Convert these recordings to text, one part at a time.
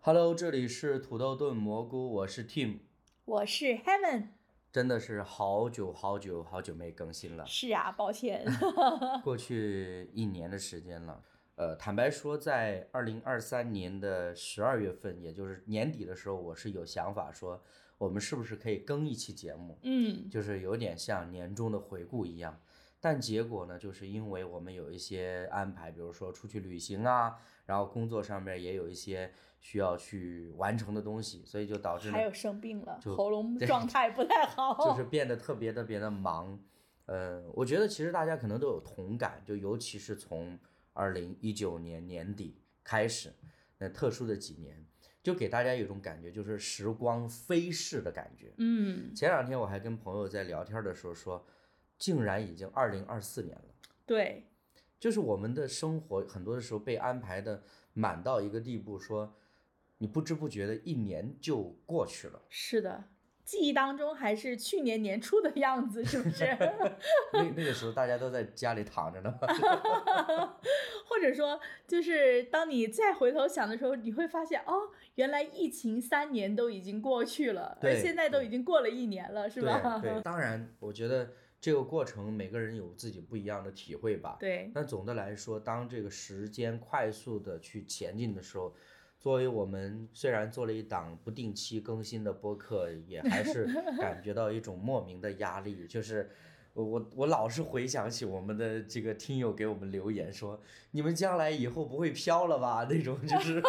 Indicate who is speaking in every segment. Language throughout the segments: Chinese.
Speaker 1: Hello，这里是土豆炖蘑菇，我是 Tim，
Speaker 2: 我是 Heaven。
Speaker 1: 真的是好久好久好久没更新 了，
Speaker 2: 是啊，抱歉。
Speaker 1: 过去一年的时间了。呃，坦白说，在二零二三年的十二月份，也就是年底的时候，我是有想法说，我们是不是可以更一期节目，
Speaker 2: 嗯，
Speaker 1: 就是有点像年终的回顾一样。但结果呢，就是因为我们有一些安排，比如说出去旅行啊，然后工作上面也有一些需要去完成的东西，所以就导致呢
Speaker 2: 还有生病了，
Speaker 1: 就
Speaker 2: 喉咙状态不太
Speaker 1: 就
Speaker 2: 好。
Speaker 1: 是变得特别特别的忙。呃，我觉得其实大家可能都有同感，就尤其是从二零一九年年底开始，那特殊的几年，就给大家有一种感觉，就是时光飞逝的感觉。
Speaker 2: 嗯，
Speaker 1: 前两天我还跟朋友在聊天的时候说，竟然已经二零二四年了。
Speaker 2: 对，
Speaker 1: 就是我们的生活很多的时候被安排的满到一个地步说，你不知不觉的一年就过去了。
Speaker 2: 是的，记忆当中还是去年年初的样子，是 不是？
Speaker 1: 那那个时候大家都在家里躺着呢，
Speaker 2: 或者说，就是当你再回头想的时候，你会发现，哦，原来疫情三年都已经过去了，而
Speaker 1: 对
Speaker 2: 现在都已经过了一年了，是吧？
Speaker 1: 对对，当然，我觉得这个过程每个人有自己不一样的体会吧。
Speaker 2: 对
Speaker 1: 那总的来说，当这个时间快速的去前进的时候，作为我们虽然做了一档不定期更新的播客，也还 是感觉到一种莫名的压力，就是。我我我老是回想起我们的这个听友给我们留言说，你们将来以后不会飘了吧？那种就是，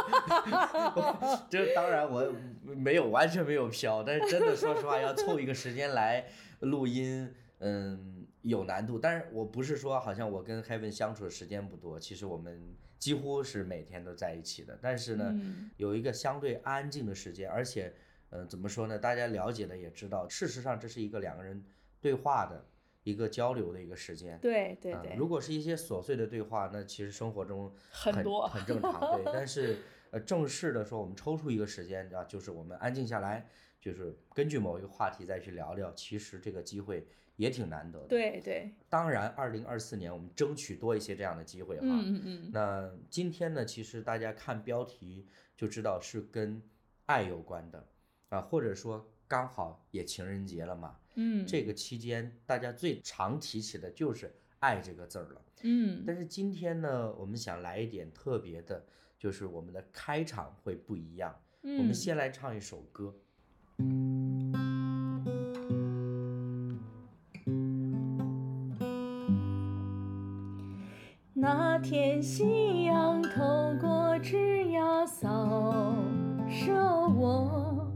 Speaker 1: 就是当然我没有完全没有飘，但是真的说实话，要凑一个时间来录音，嗯，有难度。但是我不是说好像我跟 Heaven 相处的时间不多，其实我们几乎是每天都在一起的。但是呢，
Speaker 2: 嗯
Speaker 1: 有一个相对安静的时间，而且，嗯，怎么说呢？大家了解的也知道，事实上这是一个两个人对话的一个交流的一个时间。
Speaker 2: 对对
Speaker 1: 嗯
Speaker 2: 对，
Speaker 1: 如果是一些琐碎的对话，那其实生活中
Speaker 2: 很多
Speaker 1: 很正常， 对。但是呃，正式的说，我们抽出一个时间啊，就是我们安静下来，就是根据某一个话题再去聊聊，其实这个机会也挺难得的。，
Speaker 2: 对对，
Speaker 1: 当然，二零二四年我们争取多一些这样的机会哈。
Speaker 2: 嗯嗯嗯，
Speaker 1: 那今天呢，其实大家看标题就知道是跟爱有关的啊，或者说刚好也情人节了嘛。
Speaker 2: 嗯
Speaker 1: 这个期间大家最常提起的就是“爱”这个字儿了。
Speaker 2: 嗯，
Speaker 1: 但是今天呢，我们想来一点特别的，就是我们的开场会不一样。
Speaker 2: 嗯
Speaker 1: 我们先来唱一首歌。
Speaker 2: 那天夕阳透过枝桠扫射我，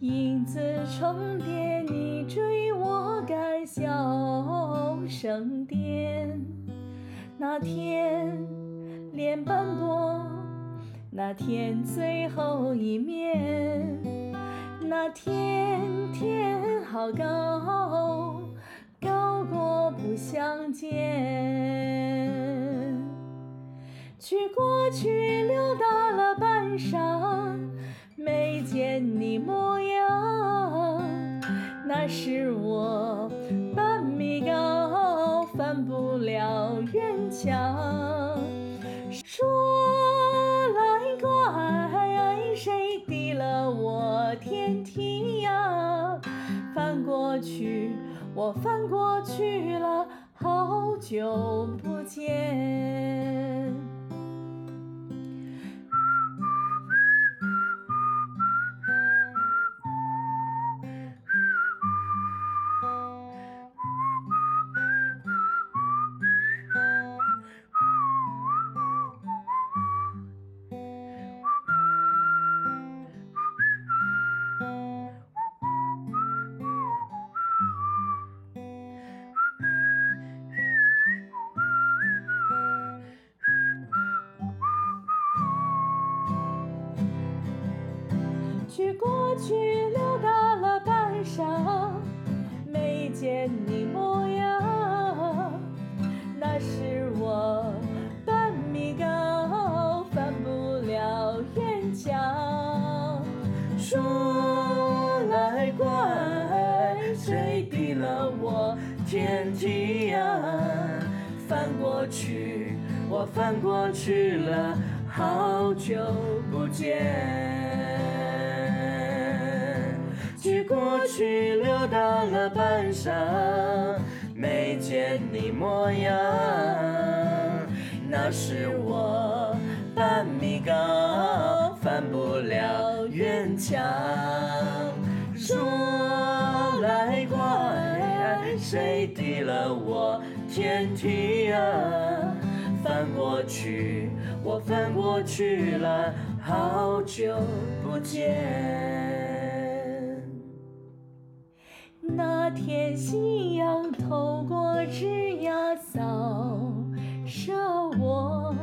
Speaker 2: 影子重叠，你追我赶，笑声颠。那天脸斑驳，那天最后一面，那天天好高，高过不相见。去过去溜达了半晌，没见你模样，那是我半米高，翻不了院墙。说来过爱，谁敌了我天梯呀？翻过去，我翻过去了，好久不见。去过去溜达了半晌，没见你模样。那是我半米高，翻不了院墙。说来怪谁敌了我天啊梯呀、翻过去，我翻过去了，好久不见。去过去溜达了半晌，没见你模样，那是我半米高，翻不了院墙。说来怪，谁提了我天梯啊？翻过去，我翻过去了，好久不见。那天夕阳透过枝桠扫射我，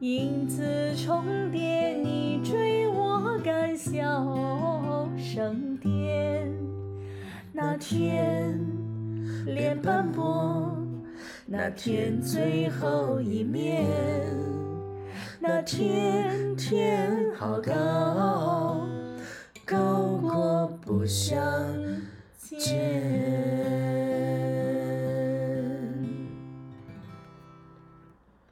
Speaker 2: 影子重叠，你追我赶，笑声颠。那天脸斑驳，那天最后一面，那天天好高，高过不相见。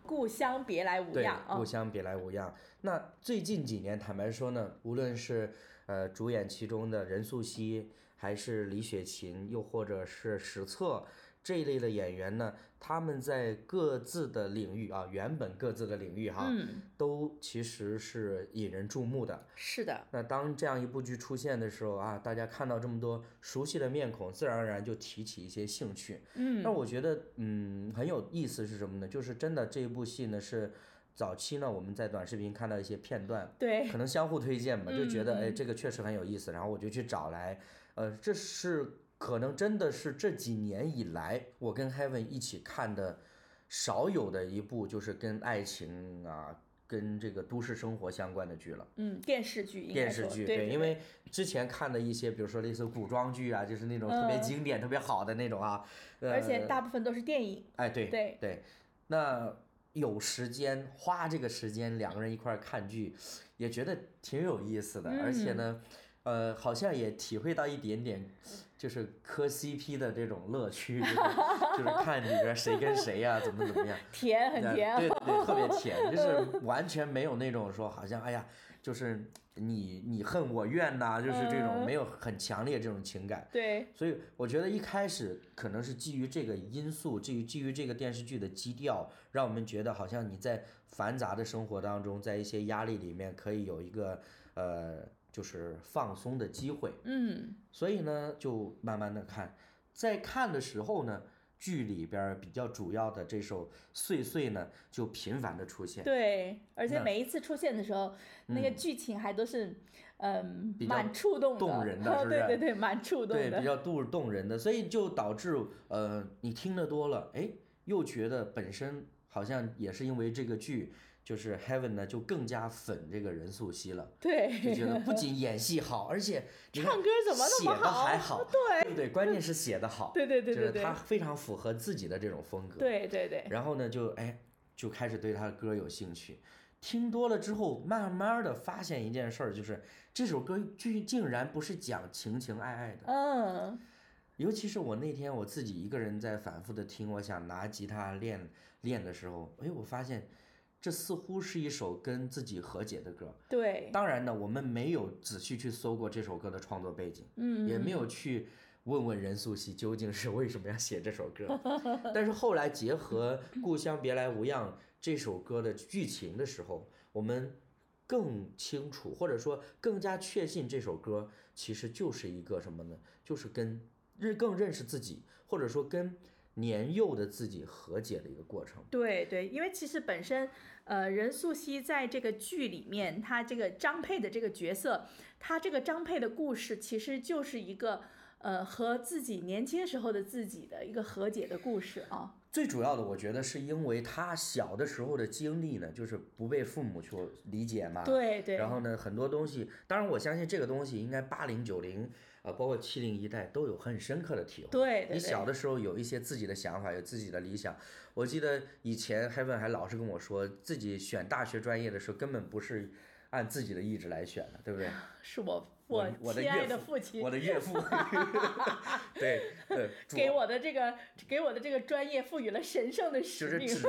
Speaker 2: 故乡别来无
Speaker 1: 对
Speaker 2: 恙，啊
Speaker 1: 故！乡别来无恙。那最近几年，坦白说呢，无论是呃主演其中的任素汐，还是李雪琴，又或者是史策这一类的演员呢，他们在各自的领域啊，原本各自的领域哈，
Speaker 2: 嗯，
Speaker 1: 都其实是引人注目的。
Speaker 2: 是的，
Speaker 1: 那当这样一部剧出现的时候啊，大家看到这么多熟悉的面孔，自然而然就提起一些兴趣。
Speaker 2: 嗯
Speaker 1: 那我觉得，嗯，很有意思是什么呢？就是真的这一部戏呢是早期呢我们在短视频看到一些片段，
Speaker 2: 对，
Speaker 1: 可能相互推荐吧，就觉得哎
Speaker 2: 嗯
Speaker 1: 这个确实很有意思，然后我就去找来，呃，这是可能真的是这几年以来我跟 Heaven 一起看的少有的一部就是跟爱情啊。跟这个都市生活相关的剧了，
Speaker 2: 嗯，电视剧应该
Speaker 1: 电视
Speaker 2: 说
Speaker 1: 剧
Speaker 2: 对
Speaker 1: 因为之前看的一些，比如说类似古装剧啊，就是那种特别
Speaker 2: 嗯
Speaker 1: 经典、特别好的那种啊，呃、
Speaker 2: 而且大部分都是电影，
Speaker 1: 哎，对
Speaker 2: 对
Speaker 1: 对，那有时间花这个时间两个人一块儿看剧，也觉得挺有意思的，而且
Speaker 2: 嗯
Speaker 1: 呢，呃，好像也体会到一点点就是磕 CP 的这种乐趣，就是就是看里边儿谁跟谁呀、怎么怎么样，
Speaker 2: 甜很
Speaker 1: 呃
Speaker 2: 甜啊，嗯
Speaker 1: 对对对，特别甜， 就是完全没有那种说好像哎呀，就是你你恨我怨呐、就是这
Speaker 2: 嗯
Speaker 1: 种没有很强烈这种情感。
Speaker 2: 对，
Speaker 1: 所以我觉得一开始可能是基于这个因素，基于基于这个电视剧的基调，让我们觉得好像你在繁杂的生活当中，在一些压力里面可以有一个呃就是放松的机会。
Speaker 2: 嗯，
Speaker 1: 所以呢，就慢慢的看，在看的时候呢，剧里边儿比较主要的这首《碎碎》呢，就频繁的出现。
Speaker 2: 对，而且
Speaker 1: 那嗯
Speaker 2: 每一次出现的时候，那个剧情还都是，嗯，
Speaker 1: 比较
Speaker 2: 蛮触动的，
Speaker 1: 动人 的是不
Speaker 2: 对
Speaker 1: 是
Speaker 2: 对对，蛮触动
Speaker 1: 对，比
Speaker 2: 的，
Speaker 1: 较动动人的，所以就导致呃，你听得多了，哎，又觉得本身好像也是因为这个剧，就是 Heaven 呢就更加粉这个任素汐了，就觉
Speaker 2: 对，
Speaker 1: 得不仅演戏好，而且你看
Speaker 2: 唱歌怎么那么
Speaker 1: 写的还
Speaker 2: 好
Speaker 1: 好，对对不对？关键是写的好，
Speaker 2: 对对对对
Speaker 1: 就是
Speaker 2: 对
Speaker 1: 他非常符合自己的这种风格，
Speaker 2: 对对对，
Speaker 1: 然后呢，就哎就开始对他的歌有兴趣。听多了之后，慢慢的发现一件事儿，就是这首歌居竟然不是讲情情爱爱的，
Speaker 2: 嗯，
Speaker 1: 尤其是我那天我自己一个人在反复的听，我想拿吉他练练的时候，哎，我发现这似乎是一首跟自己和解的歌。
Speaker 2: 对，
Speaker 1: 当然呢，我们没有仔细去搜过这首歌的创作背景，
Speaker 2: 嗯，
Speaker 1: 也没有去问问任素汐究竟是为什么要写这首歌。但是后来结合《故乡别来无恙》这首歌的剧情的时候，我们更清楚，或者说更加确信这首歌其实就是一个什么呢？就是跟认更认识自己，或者说跟年幼的自己和解的一个过程。
Speaker 2: 对对，因为其实本身，呃，任素汐在这个剧里面，她这个张佩的这个角色，她这个张佩的故事其实就是一个，呃，和自己年轻时候的自己的一个和解的故事啊。
Speaker 1: 最主要的，我觉得是因为他小的时候的经历呢，就是不被父母去理解嘛。
Speaker 2: 对对，
Speaker 1: 然后呢，很多东西，当然我相信这个东西应该八零九零啊，包括七零一代都有很深刻的体会。
Speaker 2: 对对
Speaker 1: 你小
Speaker 2: 对，
Speaker 1: 的时候有一些自己的想法，有自己的理想。我记得以前 Heaven 还老是跟我说，自己选大学专业的时候根本不是，按自己的意志来选的，对不 对？
Speaker 2: 是我
Speaker 1: 我我的
Speaker 2: 亲爱
Speaker 1: 岳
Speaker 2: 的
Speaker 1: 父
Speaker 2: 父亲
Speaker 1: 我的 岳父， 对对，主
Speaker 2: 给我的这个给我的这个专业赋予了神圣的
Speaker 1: 就
Speaker 2: 使
Speaker 1: 是
Speaker 2: 命。
Speaker 1: 职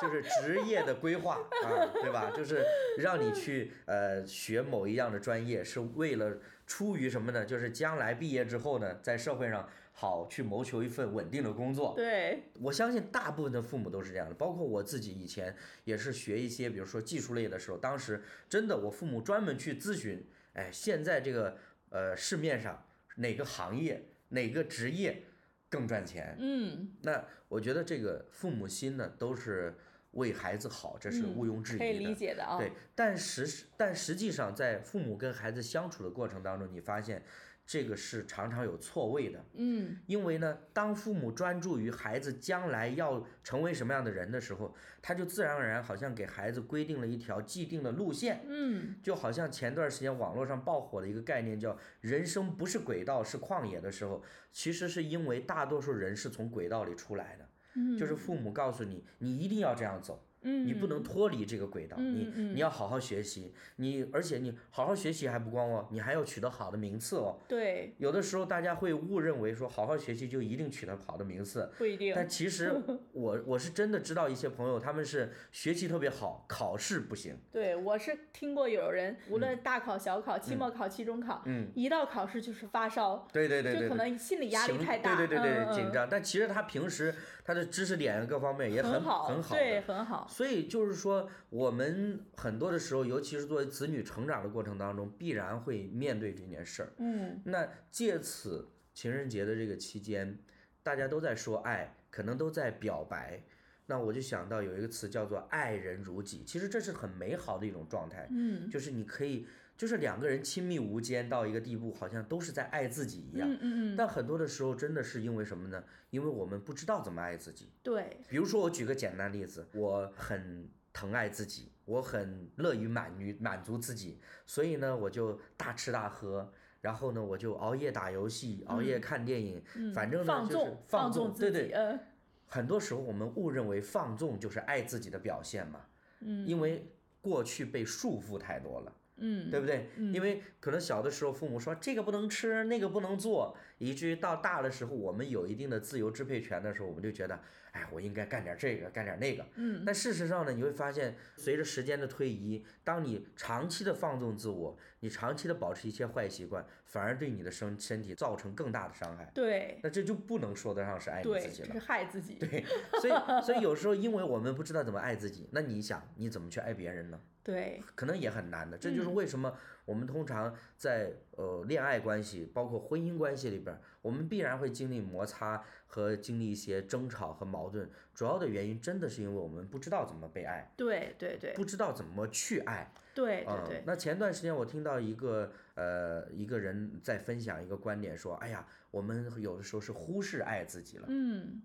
Speaker 1: 就是职业的规划啊，对吧？就是让你去呃学某一样的专业，是为了出于什么呢？就是将来毕业之后呢，在社会上好去谋求一份稳定的工作。
Speaker 2: 对，
Speaker 1: 我相信大部分的父母都是这样的，包括我自己以前也是学一些，比如说技术类的时候，当时真的我父母专门去咨询，哎，现在这个呃市面上哪个行业哪个职业更赚钱？
Speaker 2: 嗯，
Speaker 1: 那我觉得这个父母心呢都是为孩子好，这是
Speaker 2: 嗯
Speaker 1: 毋庸置疑
Speaker 2: 可
Speaker 1: 的。
Speaker 2: 以理解的啊。
Speaker 1: 对，但实但实际上，在父母跟孩子相处的过程当中，你发现这个是常常有错位的。
Speaker 2: 嗯，
Speaker 1: 因为呢，当父母专注于孩子将来要成为什么样的人的时候，他就自然而然好像给孩子规定了一条既定的路线，
Speaker 2: 嗯
Speaker 1: 就好像前段时间网络上爆火的一个概念叫“人生不是轨道是旷野”的时候，其实是因为大多数人是从轨道里出来的，
Speaker 2: 嗯，
Speaker 1: 就是父母告诉你，你一定要这样走，
Speaker 2: 嗯，
Speaker 1: 你不能脱离这个轨道，
Speaker 2: 嗯
Speaker 1: 你
Speaker 2: 嗯
Speaker 1: 你要好好学习，你而且你好好学习还不光哦，你还要取得好的名次哦。
Speaker 2: 对，
Speaker 1: 有的时候大家会误认为说好好学习就一定取得好的名次，
Speaker 2: 不一定。
Speaker 1: 但其实我我是真的知道一些朋友，他们是学习特别好，考试不行。
Speaker 2: 对，我是听过有人无论大考、小考、期末考、期中考，
Speaker 1: 嗯，
Speaker 2: 一到考试就是发烧，
Speaker 1: 对对对对
Speaker 2: 就
Speaker 1: 对。
Speaker 2: 可能心理压力
Speaker 1: 情
Speaker 2: 太大，
Speaker 1: 对对对
Speaker 2: 嗯
Speaker 1: 对，紧。
Speaker 2: 嗯
Speaker 1: 张。但其实他平时他的知识点各方面也
Speaker 2: 很
Speaker 1: 好很好
Speaker 2: 对，
Speaker 1: 的。
Speaker 2: 很好，
Speaker 1: 所以就是说，我们很多的时候，尤其是作为子女成长的过程当中，必然会面对这件事儿。
Speaker 2: 嗯，
Speaker 1: 那借此情人节的这个期间，大家都在说爱，可能都在表白。那我就想到有一个词叫做“爱人如己”，其实这是很美好的一种状态，
Speaker 2: 嗯，
Speaker 1: 就是你可以，就是两个人亲密无间到一个地步，好像都是在爱自己一样。
Speaker 2: 嗯嗯嗯，
Speaker 1: 但很多的时候，真的是因为什么呢？因为我们不知道怎么爱自己。
Speaker 2: 对，
Speaker 1: 比如说，我举个简单例子，我很疼爱自己，我很乐于满于满足自己，所以呢，我就大吃大喝，然后呢，我就熬夜打游戏，熬夜看电影，
Speaker 2: 嗯
Speaker 1: 反正呢
Speaker 2: 放
Speaker 1: 就是
Speaker 2: 纵
Speaker 1: 放纵
Speaker 2: 纵
Speaker 1: 对
Speaker 2: 自己，
Speaker 1: 对
Speaker 2: 嗯
Speaker 1: 很多时候我们误认为放纵就是爱自己的表现嘛，
Speaker 2: 嗯
Speaker 1: 因为过去被束缚太多了。
Speaker 2: 嗯，
Speaker 1: 对不对？
Speaker 2: 嗯
Speaker 1: 因为可能小的时候父母说这个不能吃，那个不能做，以至于到大的时候，我们有一定的自由支配权的时候，我们就觉得，哎，我应该干点这个，干点那个。
Speaker 2: 嗯
Speaker 1: 但事实上呢，你会发现，随着时间的推移，当你长期的放纵自我，你长期的保持一些坏习惯，反而对你的身身体造成更大的伤害。
Speaker 2: 对
Speaker 1: 那这就不能说得上是爱你
Speaker 2: 对，
Speaker 1: 自己了
Speaker 2: 这是。害自己，
Speaker 1: 对，所以所以有时候因为我们不知道怎么爱自己，那你想你怎么去爱别人呢？
Speaker 2: 对，
Speaker 1: 可能也很难的。这就是
Speaker 2: 嗯
Speaker 1: 为什么我们通常在呃恋爱关系，包括婚姻关系里边儿，我们必然会经历摩擦和经历一些争吵和矛盾。主要的原因真的是因为我们不知道怎么被爱，
Speaker 2: 对对对
Speaker 1: 不知道怎么去爱。
Speaker 2: 哎对
Speaker 1: 嗯
Speaker 2: 对对，
Speaker 1: 那前段时间我听到一个呃一个人在分享一个观点，说，哎呀，我们有的时候是忽视爱自己了。
Speaker 2: 嗯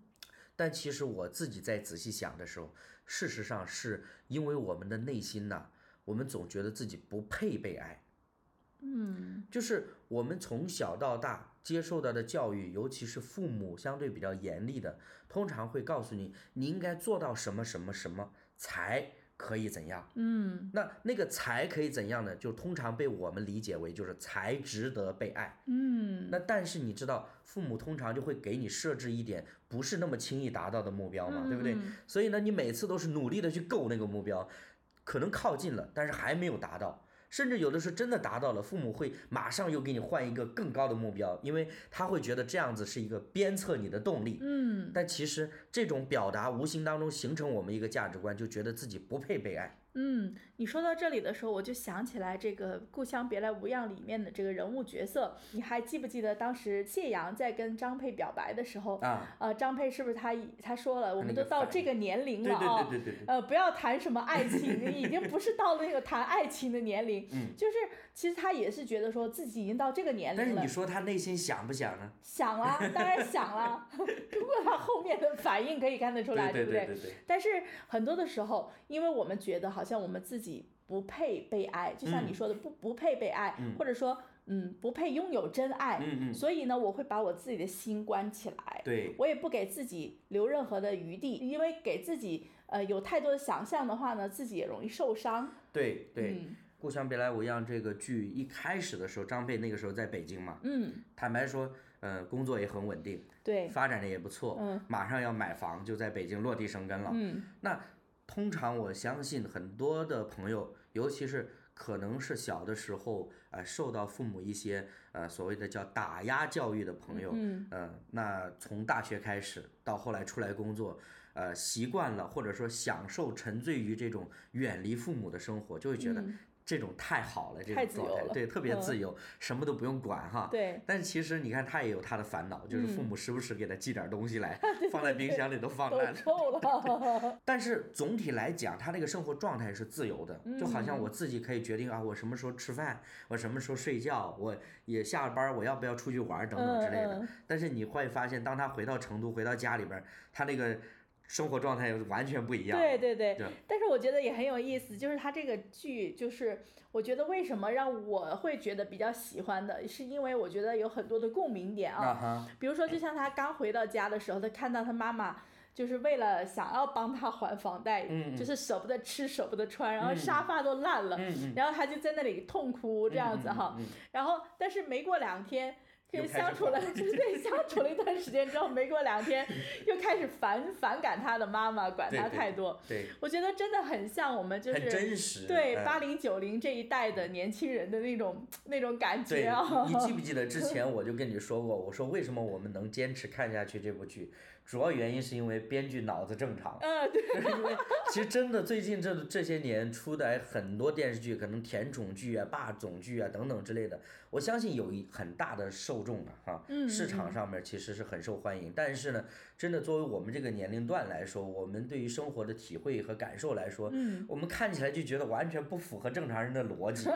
Speaker 1: 但其实我自己在仔细想的时候，事实上是因为我们的内心呐、我们总觉得自己不配被爱。
Speaker 2: 嗯
Speaker 1: 就是我们从小到大接受到的教育，尤其是父母相对比较严厉的，通常会告诉你，你应该做到什么什么什么才可以怎样。
Speaker 2: 嗯
Speaker 1: 那那个才可以怎样呢？就通常被我们理解为就是才值得被爱。
Speaker 2: 嗯，
Speaker 1: 那但是你知道，父母通常就会给你设置一点不是那么轻易达到的目标嘛，对不对？
Speaker 2: 嗯
Speaker 1: 所以呢，你每次都是努力的去够那个目标，可能靠近了，但是还没有达到。甚至有的时候真的达到了，父母会马上又给你换一个更高的目标，因为他会觉得这样子是一个鞭策你的动力。
Speaker 2: 嗯
Speaker 1: 但其实这种表达无形当中形成我们一个价值观，就觉得自己不配被爱。
Speaker 2: 嗯，你说到这里的时候，我就想起来这个《故乡别来无恙》里面的这个人物角色，你还记不记得当时谢阳在跟张佩表白的时候，
Speaker 1: 啊
Speaker 2: 呃，张佩是不是他已他说了，我们
Speaker 1: 那
Speaker 2: 都
Speaker 1: 个
Speaker 2: 到
Speaker 1: 反
Speaker 2: 这
Speaker 1: 应
Speaker 2: 个年龄了啊、
Speaker 1: 对对对，
Speaker 2: 呃，不要谈什么爱情，已经不是到了那个谈爱情的年龄，
Speaker 1: 嗯
Speaker 2: 就是其实他也是觉得说自己已经到这个年
Speaker 1: 但是
Speaker 2: 龄了
Speaker 1: 你，说他内心想不想呢？
Speaker 2: 想啊，当然想了， 通过他后面的反应可以看得出来，
Speaker 1: 对
Speaker 2: 不
Speaker 1: 对对对，
Speaker 2: 但是很多的时候，因为我们觉得好像我们自己不配被爱，就像你
Speaker 1: 嗯
Speaker 2: 说的，不不配被爱，
Speaker 1: 嗯
Speaker 2: 或者说嗯不配拥有真爱，
Speaker 1: 嗯嗯，
Speaker 2: 所以呢，我会把我自己的心关起来，
Speaker 1: 对，
Speaker 2: 我也不给自己留任何的余地，因为给自己呃有太多的想象的话呢，自己也容易受伤。
Speaker 1: 对对，
Speaker 2: 嗯
Speaker 1: 故乡别来无恙》这个剧一开始的时候，张佩那个时候在北京嘛，
Speaker 2: 嗯，
Speaker 1: 坦白说，呃，工作也很稳定，
Speaker 2: 对，
Speaker 1: 发展的也不错，
Speaker 2: 嗯
Speaker 1: 马上要买房，就在北京落地生根了。
Speaker 2: 嗯
Speaker 1: 那通常我相信很多的朋友，尤其是可能是小的时候，呃，受到父母一些呃所谓的叫打压教育的朋友，
Speaker 2: 嗯，
Speaker 1: 嗯、那从大学开始到后来出来工作，呃，习惯了或者说享受沉醉于这种远离父母的生活，就会觉得
Speaker 2: 嗯
Speaker 1: 这种太好了，这
Speaker 2: 太
Speaker 1: 种
Speaker 2: 自
Speaker 1: 状
Speaker 2: 由
Speaker 1: 态
Speaker 2: 了
Speaker 1: 对，特别
Speaker 2: 嗯
Speaker 1: 自由，什么都不用管哈。
Speaker 2: 对，
Speaker 1: 但其实你看，他也有他的烦恼，就是父
Speaker 2: 嗯
Speaker 1: 母时不时给他寄点东西 来，放在冰箱里都放
Speaker 2: 都
Speaker 1: 烂了。
Speaker 2: 臭了，
Speaker 1: 但是总体来讲，他那个生活状态是自由的，
Speaker 2: 嗯
Speaker 1: 就好像我自己可以决定啊，我什么时候吃饭，我什么时候睡觉，我也下了班儿我要不要出去玩儿等等之类的。
Speaker 2: 嗯嗯
Speaker 1: 但是你会发现，当他回到成都，回到家里边儿，他那个生活状态完全不一样。
Speaker 2: 对对对
Speaker 1: 对。
Speaker 2: 但是我觉得也很有意思，就是它这个剧，就是我觉得为什么让我会觉得比较喜欢的，是因为我觉得有很多的共鸣点
Speaker 1: 啊哈，
Speaker 2: 比如说，就像他刚回到家的时候，他看到他妈妈就是为了想要帮他还房贷，
Speaker 1: 嗯嗯
Speaker 2: 就是舍不得吃舍不得穿，然后
Speaker 1: 嗯
Speaker 2: 沙发都烂了，
Speaker 1: 嗯嗯，
Speaker 2: 然后他就在那里痛哭这样子哈。
Speaker 1: 嗯，嗯嗯
Speaker 2: 然后，但是没过两天。
Speaker 1: 又
Speaker 2: 就
Speaker 1: 开始
Speaker 2: 相处了，
Speaker 1: 烦
Speaker 2: 就是对，相处了一段时间之后，没过两天，又开始反反感他的妈妈，管
Speaker 1: 对
Speaker 2: 他
Speaker 1: 对
Speaker 2: 太多。
Speaker 1: 对，
Speaker 2: 我觉得真的很像我们就
Speaker 1: 很
Speaker 2: 是
Speaker 1: 真实。
Speaker 2: 对
Speaker 1: 嗯
Speaker 2: 八零九零这一代的年轻人的那种那种感
Speaker 1: 对，
Speaker 2: 觉啊。
Speaker 1: 你你记不记得之前我就跟你说过，我说为什么我们能坚持看下去这部剧，主要原因是因为编剧脑子正常。
Speaker 2: 嗯，对，
Speaker 1: 因为其实真的最近这这些年出的哎很多电视剧，可能甜宠剧啊、霸总剧啊等等之类的，我相信有一很大的受众的、哈，
Speaker 2: 嗯
Speaker 1: 市
Speaker 2: 嗯
Speaker 1: 场上面其实是很受欢迎。但是呢，真的作为我们这个年龄段来说，我们对于生活的体会和感受来说，
Speaker 2: 嗯
Speaker 1: 我们看起来就觉得完全不符合正常人的逻辑，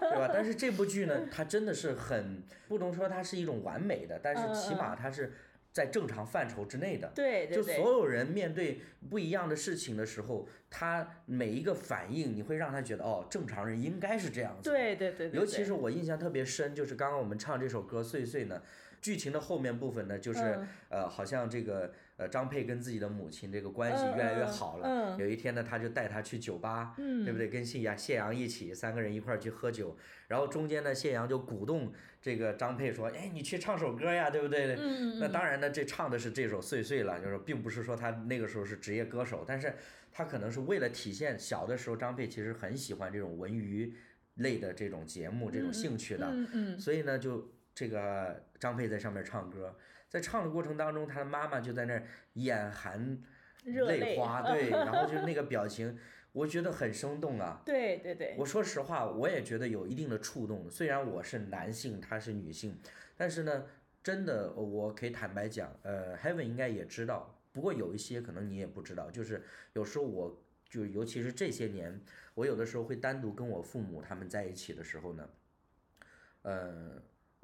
Speaker 1: 对吧？但是这部剧呢，它真的是很不能说它是一种完美的，但
Speaker 2: 嗯嗯
Speaker 1: 是起
Speaker 2: 嗯
Speaker 1: 码它是在正常范畴之内的。
Speaker 2: 对对
Speaker 1: 就
Speaker 2: 对
Speaker 1: 所有人面对不一样的事情的时候，他每一个反应，你会让他觉得哦，正常人应该是这样子。。
Speaker 2: 对对对对，
Speaker 1: 尤其
Speaker 2: 对
Speaker 1: 是我印象特别深，就是刚刚我们唱这首歌《碎碎》呢，剧情的后面部分呢，就是、
Speaker 2: 嗯
Speaker 1: 呃，好像这个呃张佩跟自己的母亲这个关系越来越好了。
Speaker 2: 嗯嗯嗯
Speaker 1: 有一天呢，他就带她去酒吧，
Speaker 2: 嗯
Speaker 1: 对不对？跟谢阳、谢阳一起三个人一块儿去喝酒，然后中间呢，谢阳就鼓动这个张佩说：“哎，你去唱首歌呀，对不对？”
Speaker 2: 嗯嗯
Speaker 1: 那
Speaker 2: 嗯，
Speaker 1: 当然呢，这唱的是这首《碎碎》了，就是并不是说他那个时候是职业歌手，但是他可能是为了体现小的时候张佩其实很喜欢这种文娱类的这种节目、这种兴趣的，
Speaker 2: 嗯嗯
Speaker 1: 所以呢，就这个张佩在上面唱歌，在唱的过程当中，他的妈妈就在那儿眼含
Speaker 2: 热泪
Speaker 1: 花，对，然后就是那个表情，我觉得很生动啊。
Speaker 2: 对对对，
Speaker 1: 我说实话，我也觉得有一定的触动。虽然我是男性，她是女性，但是呢，真的我可以坦白讲，呃，Heaven 应该也知道，不过有一些可能你也不知道，就是有时候我就尤其是这些年，我有的时候会单独跟我父母他们在一起的时候呢，呃，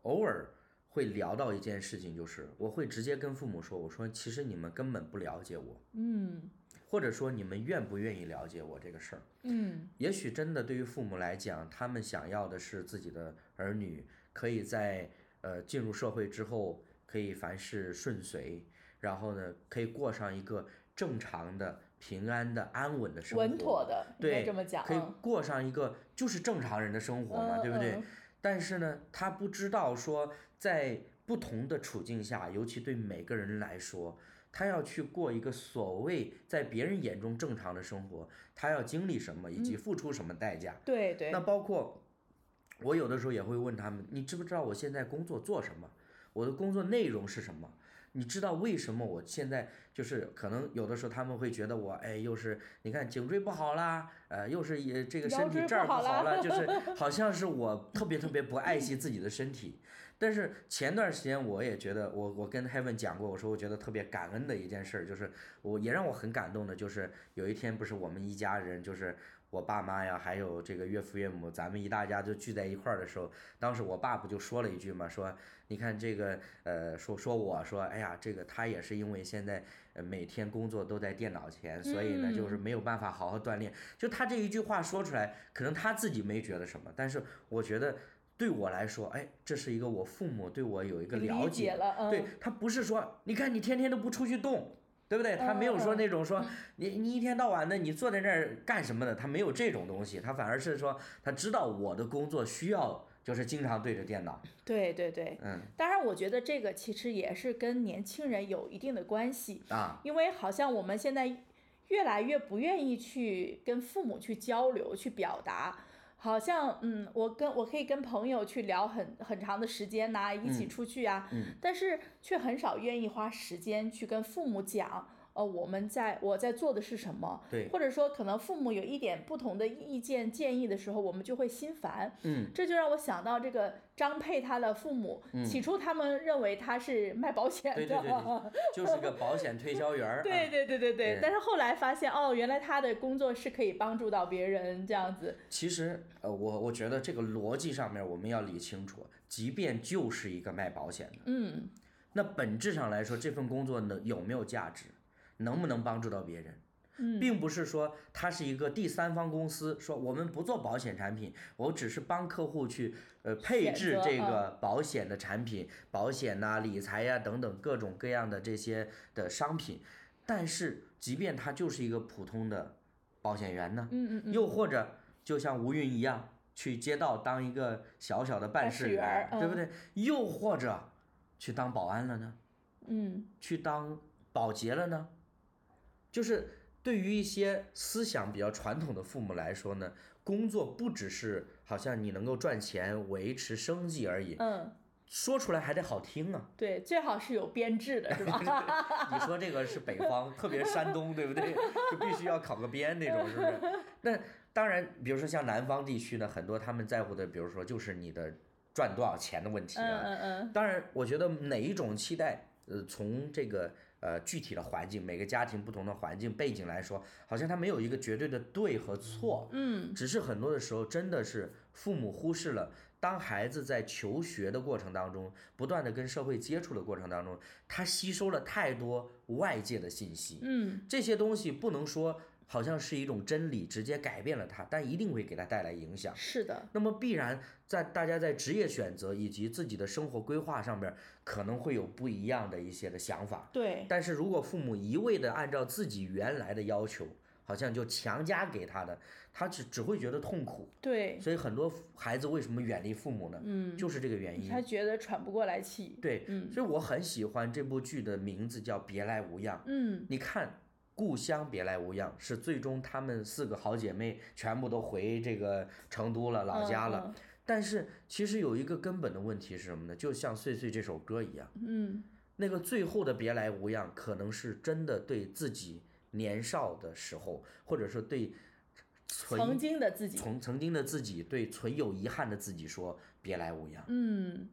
Speaker 1: 偶尔。会聊到一件事情，就是我会直接跟父母说，我说其实你们根本不了解我，
Speaker 2: 嗯
Speaker 1: 或者说你们愿不愿意了解我这个事儿。
Speaker 2: 嗯
Speaker 1: 也许真的对于父母来讲，他们想要的是自己的儿女可以在呃进入社会之后，可以凡事顺遂，然后呢，可以过上一个正常的、平安的、安稳的生活，
Speaker 2: 稳妥的，应该
Speaker 1: 对，
Speaker 2: 这么讲，
Speaker 1: 可以
Speaker 2: 嗯
Speaker 1: 过上一个就是正常人的生活嘛，
Speaker 2: 嗯
Speaker 1: 对不对
Speaker 2: 嗯？
Speaker 1: 但是呢，他不知道说在不同的处境下，尤其对每个人来说，他要去过一个所谓在别人眼中正常的生活，他要经历什么以
Speaker 2: 嗯
Speaker 1: 及付出什么代价。
Speaker 2: 对对
Speaker 1: 那，包括我有的时候也会问他们，你知不知道我现在工作做什么？我的工作内容是什么？你知道为什么我现在就是可能有的时候他们会觉得我哎，又是你看颈椎不好啦，呃，又是也这个
Speaker 2: 腰
Speaker 1: 身体
Speaker 2: 椎
Speaker 1: 这儿
Speaker 2: 不好
Speaker 1: 好
Speaker 2: 啦
Speaker 1: 了，就是 好像是我特别特别不爱惜自己的身体。但是前段时间我也觉得，我我跟 Heaven 讲过，我说我觉得特别感恩的一件事儿，就是我也让我很感动的，就是有一天不是我们一家人，就是我爸妈呀，还有这个岳父岳母，咱们一大家就聚在一块儿的时候，当时我爸不就说了一句嘛，说你看这个呃，说说我说，哎呀，这个他也是因为现在呃每天工作都在电脑前，所以呢就是
Speaker 2: 嗯
Speaker 1: 没有办法好好锻炼。就他这一句话说出来，可能他自己没觉得什么，但是我觉得。对我来说，哎，这是一个我父母对我有一个了
Speaker 2: 理
Speaker 1: 解
Speaker 2: 解，了，嗯，
Speaker 1: 对他不是说，你看你天天都不出去动，对不对？他没有说
Speaker 2: 嗯
Speaker 1: 那种说你你一天到晚的你坐在那儿干什么呢？他没有这种东西，他反而是说他知道我的工作需要就是经常对着电脑，
Speaker 2: 对对对，
Speaker 1: 嗯
Speaker 2: 当然我觉得这个其实也是跟年轻人有一定的关系，
Speaker 1: 啊，
Speaker 2: 因为好像我们现在越来越不愿意去跟父母去交流、去表达。好像嗯，我跟我可以跟朋友去聊很很长的时间呐、一起
Speaker 1: 嗯
Speaker 2: 出去啊，
Speaker 1: 嗯
Speaker 2: 但是却很少愿意花时间去跟父母讲，呃，我们在我在做的是什么，
Speaker 1: 对
Speaker 2: 或者说可能父母有一点不同的意见建议的时候，我们就会心烦，
Speaker 1: 嗯
Speaker 2: 这就让我想到这个张佩他的父母，起初他们认为他是卖保险
Speaker 1: 对
Speaker 2: 的，
Speaker 1: 对 对对就是个保险推销员儿，
Speaker 2: 哎对
Speaker 1: 啊
Speaker 2: 对对对对
Speaker 1: 对
Speaker 2: 但是后来发现哦，原来他的工作是可以帮助到别人这样子，
Speaker 1: 其实呃，我我觉得这个逻辑上面我们要理清楚，即便就是一个卖保险的，
Speaker 2: 嗯，
Speaker 1: 那本质上来说，这份工作能有没有价值，能不能帮助到别人？
Speaker 2: 嗯
Speaker 1: 并不是说它是一个第三方公司，说我们不做保险产品，我只是帮客户去呃配
Speaker 2: 选
Speaker 1: 置
Speaker 2: 择
Speaker 1: 这
Speaker 2: 啊
Speaker 1: 个保险的产品，保险呐、理财呀、等等各种各样的这些的商品。但是，即便他就是一个普通的保险员呢，
Speaker 2: 嗯嗯嗯，
Speaker 1: 又或者就像吴云一样，去街道当一个小小的办
Speaker 2: 办
Speaker 1: 事
Speaker 2: 事
Speaker 1: 员儿，
Speaker 2: 员儿
Speaker 1: 对不
Speaker 2: 嗯
Speaker 1: 对？又或者去当保安了呢？
Speaker 2: 嗯
Speaker 1: 去当保洁了呢？就是对于一些思想比较传统的父母来说呢，工作不只是好像你能够赚钱维持生计而已，
Speaker 2: 嗯，。
Speaker 1: 说出来还得好听啊
Speaker 2: 对，最好是有编制的， 是吧？
Speaker 1: 你说这个是北方，特别是山东，对不对？就必须要考个编那种，是不是？那当然，比如说像南方地区呢，很多他们在乎的，比如说就是你的赚多少钱的问题
Speaker 2: 嗯
Speaker 1: 啊，
Speaker 2: 嗯嗯，
Speaker 1: 当然，我觉得哪一种期待，呃，从这个呃具体的环境，每个家庭不同的环境背景来说，好像它没有一个绝对的对和错，
Speaker 2: 嗯，
Speaker 1: 只是很多的时候真的是父母忽视了，当孩子在求学的过程当中，不断的跟社会接触的过程当中，他吸收了太多外界的信息，
Speaker 2: 嗯，
Speaker 1: 这些东西不能说好像是一种真理，直接改变了他，但一定会给他带来影响。
Speaker 2: 是的，
Speaker 1: 那么必然在大家在职业选择以及自己的生活规划上面，可能会有不一样的一些的想法。
Speaker 2: 对，
Speaker 1: 但是如果父母一味的按照自己原来的要求，好像就强加给他的，他只只会觉得痛苦。
Speaker 2: 对，
Speaker 1: 所以很多孩子为什么远离父母呢？
Speaker 2: 嗯，
Speaker 1: 就是这个原因
Speaker 2: 他。觉得喘不过来气，
Speaker 1: 对，
Speaker 2: 嗯
Speaker 1: 所以我很喜欢这部剧的名字叫《别来无恙》。
Speaker 2: 嗯，
Speaker 1: 你看，故乡别来无恙是最终她们四个好姐妹全部都回这个成都了，老
Speaker 2: 嗯
Speaker 1: 家了。，但是其实有一个根本的问题是什么呢？就像《碎碎》这首歌一样，
Speaker 2: 嗯
Speaker 1: 那个最后的别来无恙，可能是真的对自己年少的时候，或者说对
Speaker 2: 嗯，
Speaker 1: 存
Speaker 2: 曾经的自己，
Speaker 1: 从曾经的自己，对存有遗憾的自己说别来无恙。
Speaker 2: 嗯，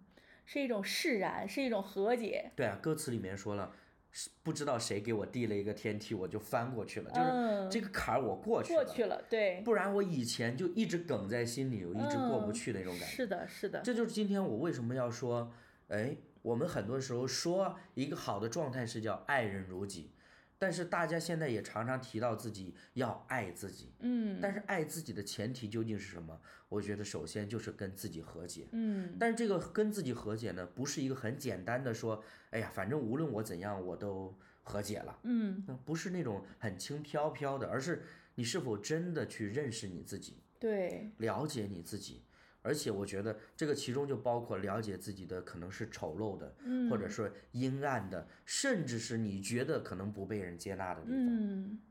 Speaker 2: 是一种释然，是一种和解，
Speaker 1: 对啊，歌词里面说了，是不知道谁给我递了一个天梯，我就翻过去了，就是
Speaker 2: 嗯，
Speaker 1: 这个坎儿我过去
Speaker 2: 过
Speaker 1: 了，
Speaker 2: 去了，对，
Speaker 1: 不然我以前就一直梗在心里，我一直过不
Speaker 2: 嗯
Speaker 1: 去那种感觉。
Speaker 2: 是的，是的，
Speaker 1: 这就是今天我为什么要说，哎，我们很多时候说一个好的状态是叫爱人如己，但是大家现在也常常提到自己要爱自己，
Speaker 2: 嗯，
Speaker 1: 但是爱自己的前提究竟是什么？我觉得首先就是跟自己和解。
Speaker 2: 嗯，
Speaker 1: 但是这个跟自己和解呢，不是一个很简单的说，哎呀，反正无论我怎样，我都和解了，
Speaker 2: 嗯，
Speaker 1: 嗯不是那种很轻飘飘的，而是你是否真的去认识你自己，
Speaker 2: 对，
Speaker 1: 了解你自己，而且我觉得这个其中就包括了解自己的可能是丑陋的，
Speaker 2: 嗯，
Speaker 1: 或者说阴暗的，甚至是你觉得可能不被人接纳的地方。
Speaker 2: 嗯，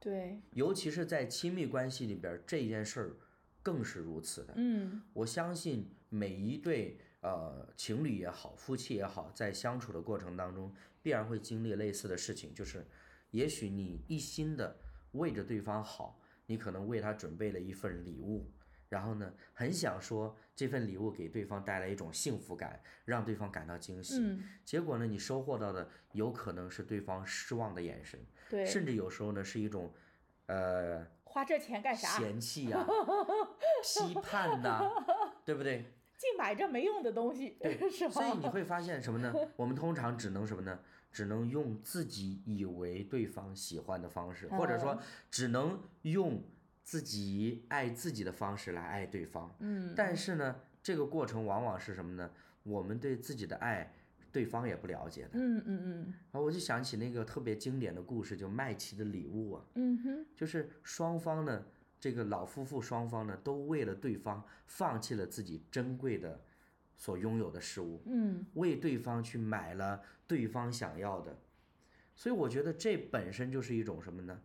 Speaker 2: 对，
Speaker 1: 尤其是在亲密关系里边儿，这件事儿更是如此的。
Speaker 2: 嗯
Speaker 1: 我相信每一对呃情侣也好，夫妻也好，在相处的过程当中，必然会经历类似的事情，就是也许你一心的为着对方好，你可能为他准备了一份礼物。然后呢，很想说这份礼物给对方带来一种幸福感，让对方感到惊喜。
Speaker 2: 嗯，
Speaker 1: 结果呢，你收获到的有可能是对方失望的眼神，
Speaker 2: 对，
Speaker 1: 甚至有时候呢是一种，呃，
Speaker 2: 花这钱干啥？
Speaker 1: 嫌弃呀、 批判呐、 对不对？
Speaker 2: 净买这没用的东西，是吧？
Speaker 1: 所以你会发现什么呢？我们通常只能什么呢？只能用自己以为对方喜欢的方式，或者说
Speaker 2: 哦
Speaker 1: 只能用自己爱自己的方式来爱对方。
Speaker 2: 嗯，
Speaker 1: 但是呢，这个过程往往是什么呢？我们对自己的爱对方也不了解的。
Speaker 2: 嗯嗯
Speaker 1: 然后我就想起那个特别经典的故事，就麦琪的礼物啊，
Speaker 2: 嗯哼，
Speaker 1: 就是双方呢，这个老夫妇双方呢，都为了对方放弃了自己珍贵的所拥有的事物，
Speaker 2: 嗯
Speaker 1: 为对方去买了对方想要的。所以我觉得这本身就是一种什么呢？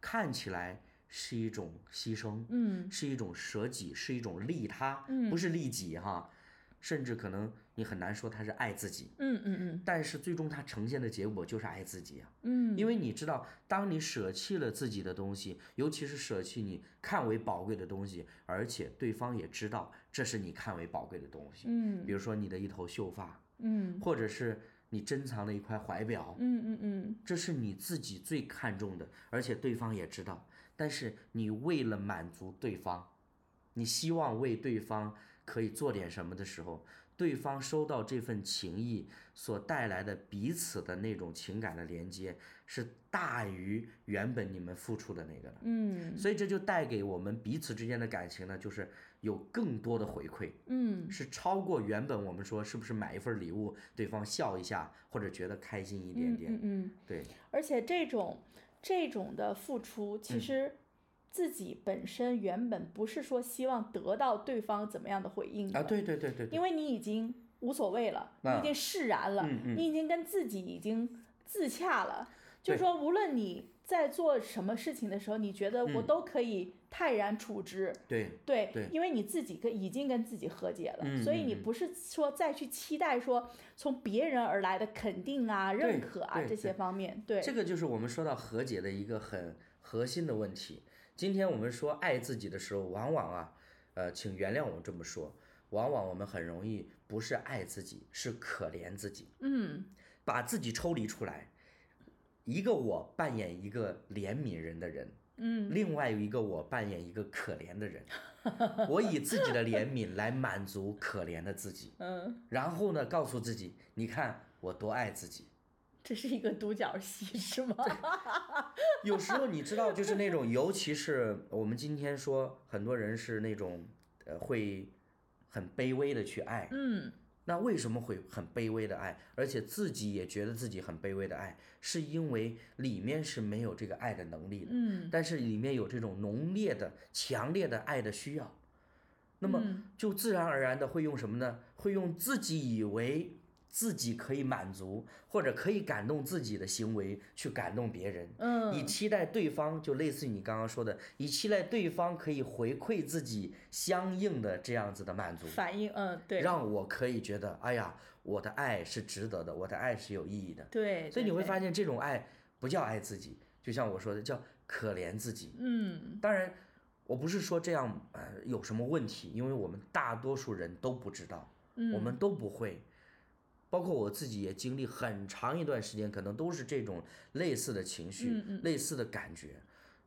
Speaker 1: 看起来是一种牺牲，
Speaker 2: 嗯
Speaker 1: 是一种舍己，是一种利他，
Speaker 2: 嗯
Speaker 1: 不是利己哈。甚至可能你很难说他是爱自己，
Speaker 2: 嗯嗯
Speaker 1: 但是最终他呈现的结果就是爱自己啊。
Speaker 2: 嗯，
Speaker 1: 因为你知道，当你舍弃了自己的东西，尤其是舍弃你看为宝贵的东西，而且对方也知道这是你看为宝贵的东西，
Speaker 2: 嗯
Speaker 1: 比如说你的一头秀发，
Speaker 2: 嗯
Speaker 1: 或者是你珍藏的一块怀表，
Speaker 2: 嗯嗯嗯
Speaker 1: 这是你自己最看重的，而且对方也知道。但是你为了满足对方，你希望为对方可以做点什么的时候，对方收到这份情谊所带来的彼此的那种情感的连接，是大于原本你们付出的那个的。
Speaker 2: 嗯
Speaker 1: 所以这就带给我们彼此之间的感情呢，就是有更多的回馈。
Speaker 2: 嗯
Speaker 1: 是超过原本我们说是不是买一份礼物，对方笑一下或者觉得开心一点点，
Speaker 2: 嗯嗯，
Speaker 1: 对，
Speaker 2: 而且这种这种的付出，其
Speaker 1: 嗯
Speaker 2: 实自己本身原本不是说希望得到对方怎么样的回应
Speaker 1: 啊，
Speaker 2: 的，
Speaker 1: 对对对对对，
Speaker 2: 因为你已经无所谓了，你已
Speaker 1: 啊
Speaker 2: 经释然了，
Speaker 1: 嗯嗯
Speaker 2: 你已经跟自己已经自洽了。就是
Speaker 1: 对
Speaker 2: 说，无论你在做什么事情的时候，你觉得我
Speaker 1: 嗯
Speaker 2: 都可以泰然处之，
Speaker 1: 对
Speaker 2: 对，
Speaker 1: 对
Speaker 2: 因为你自己跟已经跟自己和解了，
Speaker 1: 嗯
Speaker 2: 所以你
Speaker 1: 嗯嗯
Speaker 2: 不是说再去期待说从别人而来的肯定啊、
Speaker 1: 对
Speaker 2: 认可啊
Speaker 1: 对
Speaker 2: 这
Speaker 1: 对
Speaker 2: 些方面，对，
Speaker 1: 这个就是我们说到和解的一个很核心的问题。今天我们说爱自己的时候，往往啊，呃，请原谅我这么说，往往我们很容易不是爱自己，是可怜自己，
Speaker 2: 嗯
Speaker 1: 把自己抽离出来。一个我扮演一个怜悯人的人，
Speaker 2: 嗯
Speaker 1: 另外一个我扮演一个可怜的人，我以自己的怜悯来满足可怜的自己，
Speaker 2: 嗯，
Speaker 1: 然后呢，告诉自己，你看我多爱自己。
Speaker 2: 这是一个独角戏是吗？
Speaker 1: 有时候你知道，就是那种，尤其是我们今天说，很多人是那种，呃，会很卑微的去爱。
Speaker 2: 嗯
Speaker 1: 那为什么会很卑微的爱，而且自己也觉得自己很卑微的爱，是因为里面是没有这个爱的能力的，
Speaker 2: 嗯
Speaker 1: 但是里面有这种浓烈的、强烈的爱的需要。那么
Speaker 2: 嗯
Speaker 1: 就自然而然的会用什么呢？会用自己以为自己可以满足或者可以感动自己的行为去感动别人。以
Speaker 2: 嗯
Speaker 1: 期待对方，就类似于你刚刚说的，以期待对方可以回馈自己相应的这样子的满足，
Speaker 2: 反应，嗯，对，
Speaker 1: 让我可以觉得，哎呀，我的爱是值得的，我的爱是有意义的。
Speaker 2: 对，
Speaker 1: 所以你
Speaker 2: 对
Speaker 1: 会
Speaker 2: 对
Speaker 1: 发现，这种爱不叫爱自己，就像我说的，叫可怜自己。
Speaker 2: 嗯
Speaker 1: 当然，我不是说这样呃有什么问题，因为我们大多数人都不知道，
Speaker 2: 嗯，
Speaker 1: 我们都不会。包括我自己也经历很长一段时间，可能都是这种类似的情绪、
Speaker 2: 嗯嗯
Speaker 1: 类似的感觉。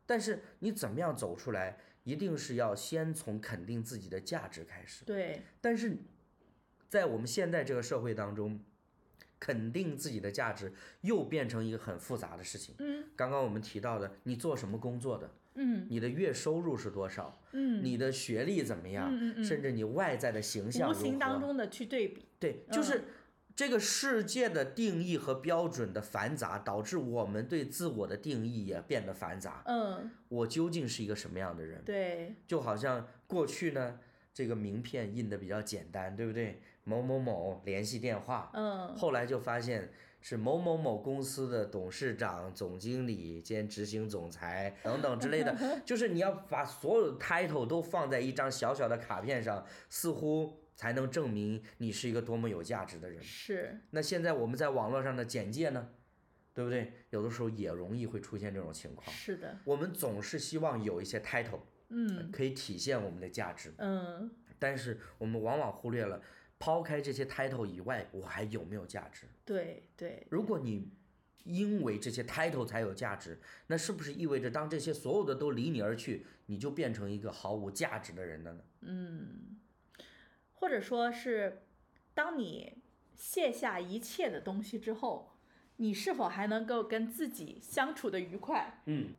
Speaker 1: 但是你怎么样走出来，一定是要先从肯定自己的价值开始。
Speaker 2: 对，
Speaker 1: 但是，在我们现在这个社会当中，肯定自己的价值又变成一个很复杂的事情。
Speaker 2: 嗯
Speaker 1: 刚刚我们提到的，你做什么工作的，
Speaker 2: 嗯
Speaker 1: 你的月收入是多少，
Speaker 2: 嗯，
Speaker 1: 你的学历怎么样，
Speaker 2: 嗯嗯嗯
Speaker 1: 甚至你外在的形象
Speaker 2: 无
Speaker 1: 如何，
Speaker 2: 形当嗯中的去对比，
Speaker 1: 对，就是这个世界的定义和标准的繁杂，导致我们对自我的定义也变得繁杂。
Speaker 2: 嗯，
Speaker 1: 我究竟是一个什么样的人？
Speaker 2: 对，
Speaker 1: 就好像过去呢，这个名片印的比较简单，对不对？某某某联系电话，
Speaker 2: 嗯
Speaker 1: 后来就发现是某某某公司的董事长、总经理兼执行总裁等等之类的，就是你要把所有 title 都放在一张小小的卡片上，似乎才能证明你是一个多么有价值的人。
Speaker 2: 是，
Speaker 1: 那现在我们在网络上的简介呢，对不对？有的时候也容易会出现这种情况。
Speaker 2: 是的，
Speaker 1: 我们总是希望有一些 title
Speaker 2: 嗯
Speaker 1: 可以体现我们的价值，
Speaker 2: 嗯
Speaker 1: 但是我们往往忽略了，抛开这些 title 以外，我还有没有价值？
Speaker 2: 对对，
Speaker 1: 如果你因为这些 title 才有价值，那是不是意味着当这些所有的都离你而去，你就变成一个毫无价值的人了呢？
Speaker 2: 嗯，或者说是，当你卸下一切的东西之后，你是否还能够跟自己相处的愉快？
Speaker 1: 嗯。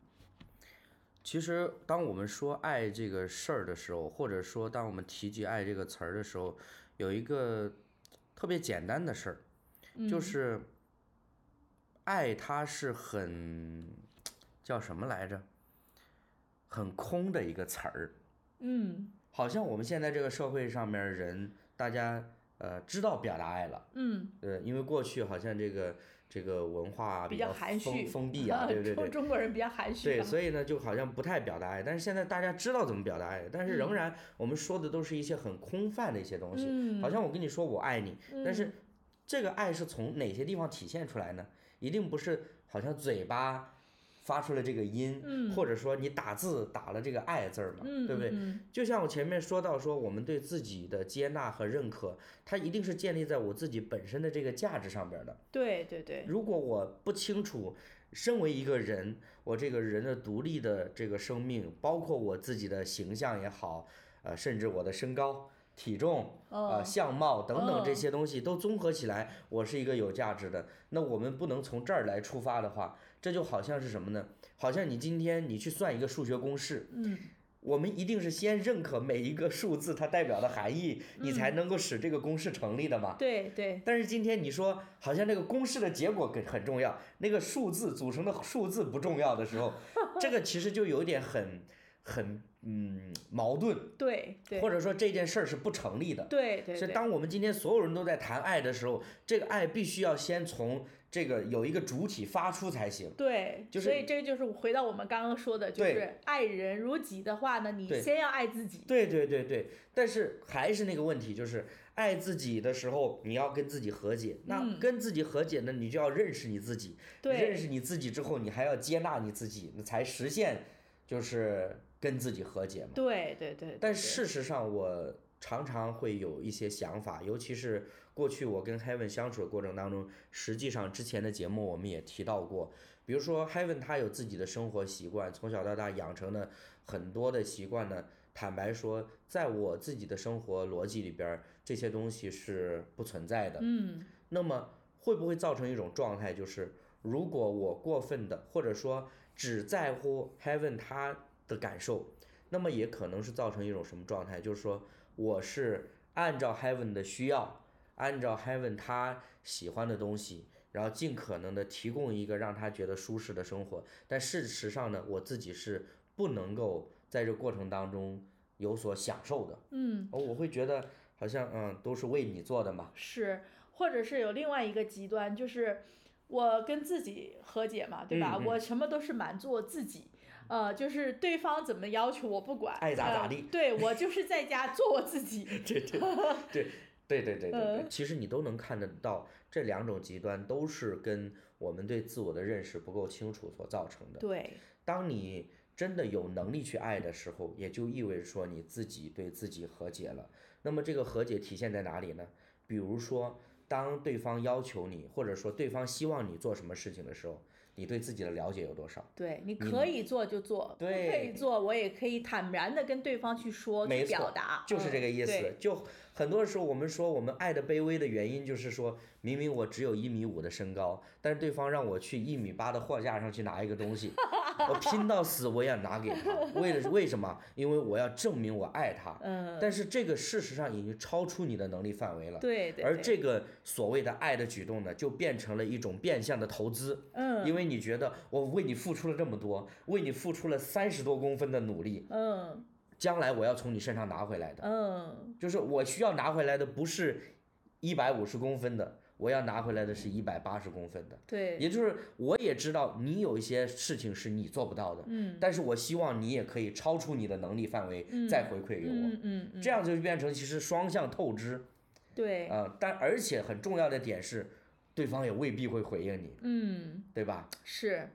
Speaker 1: 其实，当我们说爱这个事儿的时候，或者说当我们提及爱这个词儿的时候，有一个特别简单的事儿，就
Speaker 2: 嗯
Speaker 1: 是爱它是很叫什么来着，很空的一个词儿。
Speaker 2: 嗯
Speaker 1: 好像我们现在这个社会上面儿人，大家呃知道表达爱了，
Speaker 2: 嗯，
Speaker 1: 呃，因为过去好像这个这个文化
Speaker 2: 比
Speaker 1: 较
Speaker 2: 较含
Speaker 1: 封
Speaker 2: 蓄，
Speaker 1: 封闭 啊，对对
Speaker 2: 中
Speaker 1: 对。
Speaker 2: 中国人比较含蓄
Speaker 1: 对，
Speaker 2: 啊，
Speaker 1: 所以呢，就好像不太表达爱，但是现在大家知道怎么表达爱，但是仍
Speaker 2: 嗯
Speaker 1: 然我们说的都是一些很空泛的一些东西，
Speaker 2: 嗯，
Speaker 1: 好像我跟你说我爱你，但
Speaker 2: 嗯
Speaker 1: 是这个爱是从哪些地方体现出来呢？一定不是好像嘴巴发出了这个音，
Speaker 2: 嗯
Speaker 1: 或者说你打字打了这个爱字儿嘛，
Speaker 2: 嗯，
Speaker 1: 对不对？
Speaker 2: 嗯
Speaker 1: 就像我前面说到说，我们对自己的接纳和认可，它一定是建立在我自己本身的这个价值上边儿的。
Speaker 2: 对对对，
Speaker 1: 如果我不清楚，身为一个人，我这个人的独立的这个生命，包括我自己的形象也好，呃，甚至我的身高、体重、
Speaker 2: 哦
Speaker 1: 呃，相貌等等这
Speaker 2: 嗯
Speaker 1: 些东西都综合起来，我是一个有价值的。那我们不能从这儿来出发的话，这就好像是什么呢？好像你今天你去算一个数学公式，
Speaker 2: 嗯
Speaker 1: 我们一定是先认可每一个数字它代表的含义，
Speaker 2: 嗯
Speaker 1: 你才能够使这个公式成立的嘛。
Speaker 2: 对对，
Speaker 1: 但是今天你说好像那个公式的结果很很重要，那个数字组成的数字不重要的时候， 这个其实就有点很很嗯矛盾，
Speaker 2: 对对，
Speaker 1: 或
Speaker 2: 者
Speaker 1: 者说这件事儿是不成立的。
Speaker 2: 对对
Speaker 1: 所
Speaker 2: 对，
Speaker 1: 以，当我们今天所有人都在谈爱的时候，这个爱必须要先从这个有一个主体发出才行。
Speaker 2: 对，
Speaker 1: 就
Speaker 2: 所
Speaker 1: 是
Speaker 2: 以这就是回到我们刚刚说的，就
Speaker 1: 对
Speaker 2: 是爱人如己的话呢，你
Speaker 1: 对
Speaker 2: 先要爱自己。
Speaker 1: 对对对对，但是还是那个问题，就是爱自己的时候，你要跟自己和解。那
Speaker 2: 嗯
Speaker 1: 跟自己和解呢，你就要认识你自己。认
Speaker 2: 对
Speaker 1: 识你自己之后，你还要接纳你自己，那才实现就是跟自己和解嘛。
Speaker 2: 对对对对，
Speaker 1: 但
Speaker 2: 对
Speaker 1: 事实上，我常常会有一些想法，尤其是过去我跟 Heaven 相处的过程当中，实际上之前的节目我们也提到过，比如说 Heaven 他有自己的生活习惯，从小到大养成的很多的习惯呢。坦白说，在我自己的生活逻辑里边儿，这些东西是不存在的。
Speaker 2: 嗯
Speaker 1: 那么会不会造成一种状态，就是如果我过分的，或者说只在乎 Heaven 他的感受，那么也可能是造成一种什么状态，就是说我是按照 Heaven 的需要，按照 Heaven 他喜欢的东西。然后尽可能的提供一个让他觉得舒适的生活，但事实上呢，我自己是不能够在这过程当中有所享受的。
Speaker 2: 嗯
Speaker 1: 哦，我会觉得好像嗯，都是为你做的嘛。
Speaker 2: 是，或者是有另外一个极端，就是我跟自己和解嘛，对吧？
Speaker 1: 嗯嗯
Speaker 2: 我什么都是满足我自己。呃，就是对方怎么要求我不管，
Speaker 1: 爱咋
Speaker 2: 呃
Speaker 1: 咋地
Speaker 2: 对我就是在家做我自 己，
Speaker 1: 对对对对对对对对，
Speaker 2: 嗯
Speaker 1: 其实你都能看得到，这两种极端都是跟我们对自我的认识不够清楚所造成的。
Speaker 2: 对
Speaker 1: 当你真的有能力去爱的时候，也就意味着说你自己对自己和解了。那么这个和解体现在哪里呢？比如说，当对方要求你，或者说对方希望你做什么事情的时候，你对自己的了解有多少？
Speaker 2: 对，你可以做就做，不可
Speaker 1: 对
Speaker 2: 以做我也可以坦然的跟对方去说，
Speaker 1: 没
Speaker 2: 去
Speaker 1: 错
Speaker 2: 表达，
Speaker 1: 就是这
Speaker 2: 嗯
Speaker 1: 个意思。
Speaker 2: 对
Speaker 1: 就很多时候我们说我们爱的卑微的原因，就是说明明我只有一米五的身高，但是对方让我去一米八的货架上去拿一个东西，我拼到死我也要拿给他。为了为什么？因为我要证明我爱他。
Speaker 2: 嗯，
Speaker 1: 但是这个事实上已经超出你的能力范围了。
Speaker 2: 对对，
Speaker 1: 而
Speaker 2: 对
Speaker 1: 这个所谓的爱的举动呢，就变成了一种变相的投资，
Speaker 2: 嗯
Speaker 1: 因为你觉得我为你付出了这么多，为你付出了三十多公分的努力，
Speaker 2: 嗯
Speaker 1: 将来我要从你身上拿回来的。
Speaker 2: 嗯
Speaker 1: 就是我需要拿回来的不是一百五十公分的，我要拿回来的是一百八十公分的。
Speaker 2: 对，
Speaker 1: 也就是我也知道你有一些事情是你做不到的，
Speaker 2: 嗯
Speaker 1: 但是我希望你也可以超出你的能力范围
Speaker 2: 嗯
Speaker 1: 再回馈给我，
Speaker 2: 嗯嗯嗯，
Speaker 1: 这样就变成其实双向透支
Speaker 2: 对，
Speaker 1: 啊、但而且很重要的点是，对方也未必会回应你，
Speaker 2: 嗯。
Speaker 1: 对吧？
Speaker 2: 是，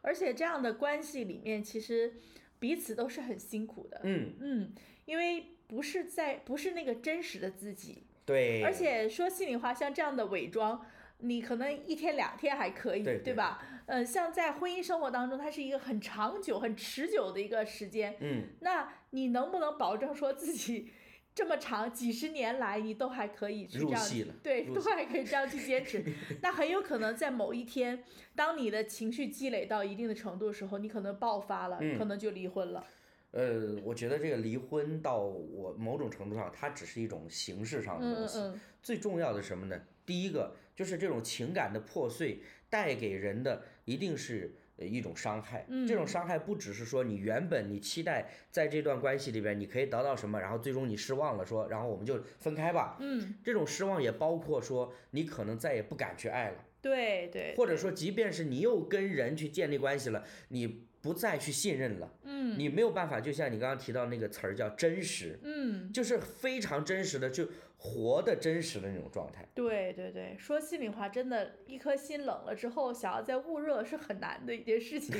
Speaker 2: 而且这样的关系里面，其实彼此都是很辛苦的。
Speaker 1: 嗯，
Speaker 2: 嗯，因为不是在不是那个真实的自己，
Speaker 1: 对，
Speaker 2: 而且说心里话，像这样的伪装。你可能一天两天还可以，
Speaker 1: 对对
Speaker 2: 吧？呃，像在婚姻生活当中，它是一个很长久、很持久的一个时间。
Speaker 1: 嗯，
Speaker 2: 那你能不能保证说自己 这么长几十年来，你都还可以去
Speaker 1: 入
Speaker 2: 这样
Speaker 1: 戏了
Speaker 2: 对，
Speaker 1: 入
Speaker 2: 都
Speaker 1: 戏
Speaker 2: 还可以这样去坚 持？那很有可能在某一天，当你的情绪积累到一定的程度的时候，你可能爆发了，
Speaker 1: 嗯
Speaker 2: 可能就离婚了。
Speaker 1: 呃，我觉得这个离婚到我某种程度上，它只是一种形式上的
Speaker 2: 嗯
Speaker 1: 东
Speaker 2: 嗯
Speaker 1: 西，
Speaker 2: 嗯，
Speaker 1: 最重要的是什么呢？第一个，就是这种情感的破碎带给人的一定是呃一种伤害。
Speaker 2: 嗯
Speaker 1: 这种伤害不只是说你原本你期待在这段关系里边你可以得到什么，然后最终你失望了，说然后我们就分开吧。
Speaker 2: 嗯，
Speaker 1: 这种失望也包括说你可能再也不敢去爱了。
Speaker 2: 对对，
Speaker 1: 或者说，即便是你又跟人去建立关系了，你不再去信任了，
Speaker 2: 嗯
Speaker 1: 你没有办法，就像你刚刚提到那个词儿叫真实，
Speaker 2: 嗯，
Speaker 1: 就是非常真实的，就活的真实的那种状态。
Speaker 2: 对对对，说心里话，真的，一颗心冷了之后，想要再捂热是很难的一件事 情。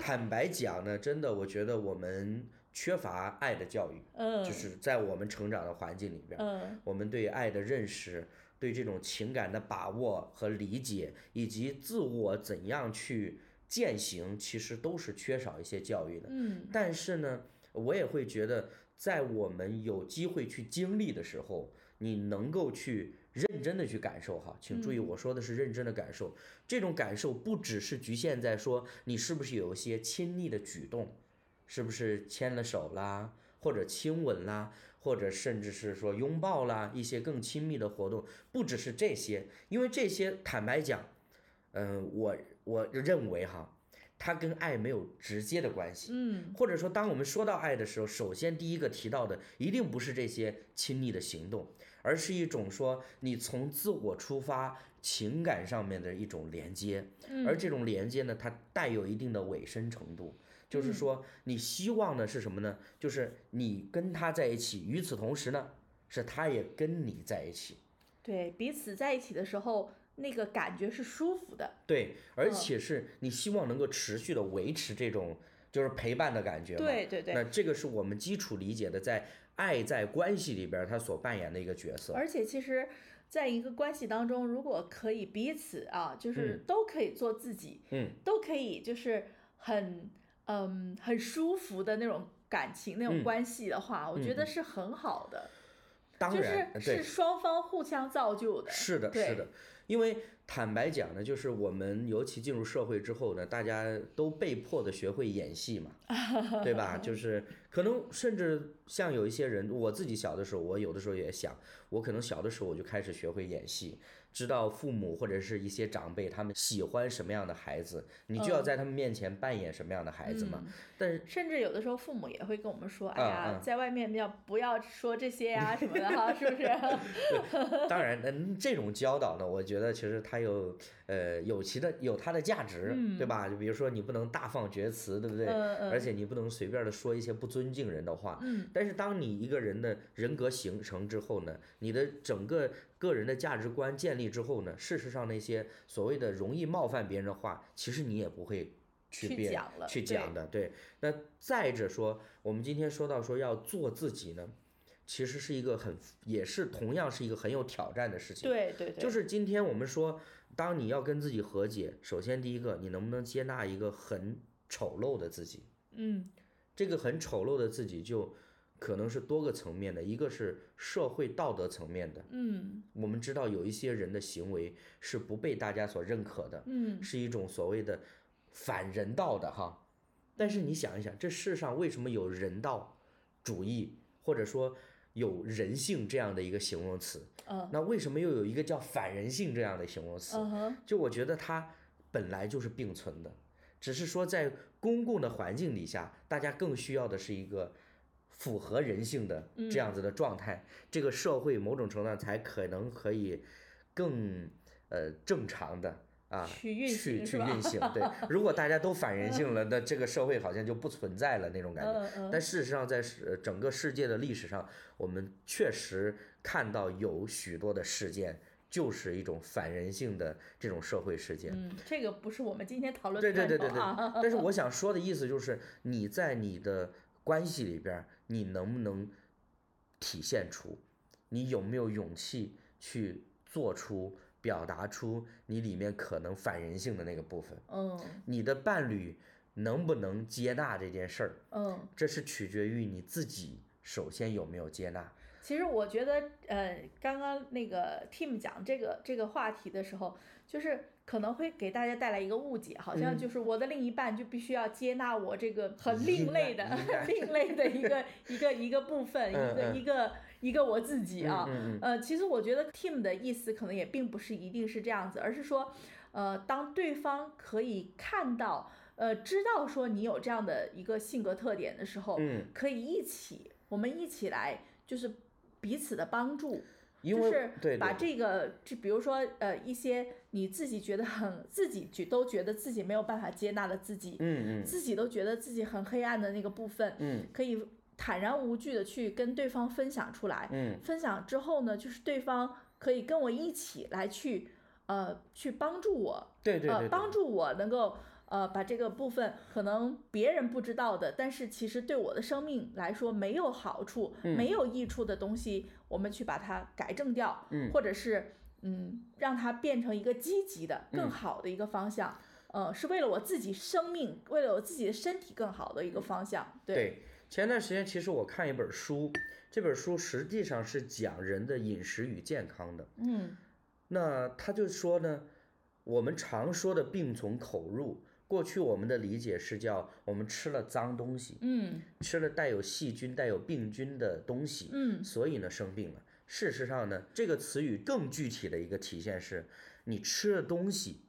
Speaker 1: 坦白讲呢，真的，我觉得我们缺乏爱的教育，
Speaker 2: 嗯，
Speaker 1: 就是在我们成长的环境里边，
Speaker 2: 嗯
Speaker 1: 我们对爱的认识、对这种情感的把握和理解，以及自我怎样去践行，其实都是缺少一些教育的。
Speaker 2: 嗯
Speaker 1: 但是呢，我也会觉得，在我们有机会去经历的时候，你能够去认真的去感受哈，请注意，
Speaker 2: 嗯
Speaker 1: 我说的是认真的感受。这种感受不只是局限在说你是不是有一些亲昵的举动，是不是牵了手啦，或者亲吻啦，或者甚至是说拥抱啦，一些更亲密的活动，不只是这些，因为这些坦白讲，嗯、我我认为哈，它跟爱没有直接的关系。
Speaker 2: 嗯
Speaker 1: 或者说，当我们说到爱的时候，首先第一个提到的一定不是这些亲密的行动，而是一种说你从自我出发情感上面的一种连接，
Speaker 2: 嗯，
Speaker 1: 而这种连接呢，它带有一定的委身程度。就是
Speaker 2: 嗯
Speaker 1: 说，你希望的是什么呢？就是你跟他在一起，与此同时呢，是他也跟你在一起。
Speaker 2: 对彼此在一起的时候，那个感觉是舒服的。
Speaker 1: 对，而
Speaker 2: 嗯
Speaker 1: 且是你希望能够持续的维持这种就是陪伴的感觉嘛。
Speaker 2: 对对
Speaker 1: 那
Speaker 2: 对，
Speaker 1: 这个是我们基础理解的，在爱在关系里边儿它所扮演的一个角色。
Speaker 2: 而且其实，在一个关系当中，如果可以彼此啊，就是
Speaker 1: 嗯
Speaker 2: 都可以做自己，
Speaker 1: 嗯，
Speaker 2: 都可以就是很嗯很舒服的那种感情那种
Speaker 1: 嗯
Speaker 2: 关系的话，我觉
Speaker 1: 嗯
Speaker 2: 得
Speaker 1: 嗯
Speaker 2: 是很好的，
Speaker 1: 当
Speaker 2: 就是
Speaker 1: 然，呃
Speaker 2: 是
Speaker 1: 对，
Speaker 2: 双方互相造就的。
Speaker 1: 是的，
Speaker 2: 对
Speaker 1: 是的。因为坦白讲呢，就是我们尤其进入社会之后呢，大家都被迫的学会演戏 嘛，对吧？就是可能甚至像有一些人，我自己小的时候，我有的时候也想，我可能小的时候我就开始学会演戏，知道父母或者是一些长辈他们喜欢什么样的孩子，你就要
Speaker 2: 嗯
Speaker 1: 在他们面前扮演什么样的孩子嘛。
Speaker 2: 嗯
Speaker 1: 但是
Speaker 2: 甚至有的时候，父母也会跟我们说：“哎呀，
Speaker 1: 嗯
Speaker 2: 在外面要不要说这些呀、什么的哈，是 不是？”
Speaker 1: 当然，嗯，这种教导呢，我觉得其实它有呃有其的有它的价值，对吧？就比如说你不能大放厥词，对不对？
Speaker 2: 嗯嗯
Speaker 1: 而且你不能随便的说一些不尊敬人的话。
Speaker 2: 嗯
Speaker 1: 但是当你一个人的人格形成之后呢，你的整个个人的价值观建立之后呢，事实上那些所谓的容易冒犯别人的话，其实你也不会去
Speaker 2: 去
Speaker 1: 辩
Speaker 2: 讲了
Speaker 1: 去
Speaker 2: 对
Speaker 1: 讲的。对，那再者说，我们今天说到说要做自己呢，其实是一个很也是同样是一个很有挑战的事情。
Speaker 2: 对对对，
Speaker 1: 就是今天我们说，当你要跟自己和解，首先第一个，你能不能接纳一个很丑陋的自己？
Speaker 2: 嗯
Speaker 1: 这个很丑陋的自己就可能是多个层面的，一个是社会道德层面的。
Speaker 2: 嗯
Speaker 1: 我们知道有一些人的行为是不被大家所认可的，
Speaker 2: 嗯
Speaker 1: 是一种所谓的反人道的哈。但是你想一想，这世上为什么有人道主义，或者说有人性这样的一个形容词？
Speaker 2: 嗯
Speaker 1: 那为什么又有一个叫反人性这样的形容词？
Speaker 2: 嗯哼
Speaker 1: 就我觉得它本来就是并存的，只是说在公共的环境底下，大家更需要的是一个符合人性的
Speaker 2: 嗯
Speaker 1: 这样子的状态，这个社会某种程度上才可能可以更呃正常的。啊，
Speaker 2: 去运
Speaker 1: 去
Speaker 2: 行是
Speaker 1: 去
Speaker 2: 吧
Speaker 1: 运行，对。如果大家都反人性了，那这个社会好像就不存在了那种感觉。
Speaker 2: 嗯嗯，
Speaker 1: 但事实上，在世呃整个世界的历史上，我们确实看到有许多的事件，就是一种反人性的这种社会事件。
Speaker 2: 嗯，这个不是我们今天讨论
Speaker 1: 对
Speaker 2: 的
Speaker 1: 对
Speaker 2: 范畴
Speaker 1: 对对对
Speaker 2: 啊。。
Speaker 1: 但是我想说的意思就是，你在你的关系里边儿，你能不能体现出，你有没有勇气去做出、表达出你里面可能反人性的那个部分？
Speaker 2: 嗯
Speaker 1: 你的伴侣能不能接纳这件事儿？
Speaker 2: 嗯，
Speaker 1: 这是取决于你自己首先有没有接纳。
Speaker 2: 其实我觉得，呃，刚刚那个 Tim 讲这个这个话题的时候，就是可能会给大家带来一个误解，好像
Speaker 1: 嗯
Speaker 2: 就是我的另一半就必须要接纳我这个很另类的、
Speaker 1: 应该
Speaker 2: 另类的一个一个一个部分，一
Speaker 1: 嗯
Speaker 2: 个
Speaker 1: 嗯
Speaker 2: 一个一个我自己啊。
Speaker 1: 嗯嗯
Speaker 2: 呃，其实我觉得 Tim 的意思可能也并不是一定是这样子，而是说，呃，当对方可以看到，呃，知道说你有这样的一个性格特点的时候，
Speaker 1: 嗯，
Speaker 2: 可以一起，我们一起来，就是彼此的帮助，
Speaker 1: 因为
Speaker 2: 就
Speaker 1: 对
Speaker 2: 是把
Speaker 1: 对
Speaker 2: 这个，就比如说，呃，一些你自己觉得很自己觉都觉得自己没有办法接纳的自己，
Speaker 1: 嗯嗯
Speaker 2: 自己都觉得自己很黑暗的那个部分，
Speaker 1: 嗯
Speaker 2: 可以坦然无惧的去跟对方分享出来。
Speaker 1: 嗯
Speaker 2: 分享之后呢，就是对方可以跟我一起来去，呃，去帮助我，
Speaker 1: 对对
Speaker 2: 呃，
Speaker 1: 对，
Speaker 2: 帮助我能够呃把这个部分可能别人不知道的，但是其实对我的生命来说没有好处、
Speaker 1: 嗯
Speaker 2: 没有益处的东西，我们去把它改正掉，
Speaker 1: 嗯
Speaker 2: 或者是嗯让它变成一个积极的、
Speaker 1: 嗯
Speaker 2: 更好的一个方向。呃，是为了我自己生命，为了我自己的身体更好的一个方向。对，
Speaker 1: 对，前段时间其实我看一本书，这本书实际上是讲人的饮食与健康的。
Speaker 2: 嗯
Speaker 1: 那他就说呢，我们常说的病从口入，过去我们的理解是叫我们吃了脏东西，
Speaker 2: 嗯
Speaker 1: 吃了带有细菌、带有病菌的东西，
Speaker 2: 嗯
Speaker 1: 所以呢生病了。事实上呢，这个词语更具体的一个体现是，你吃的东西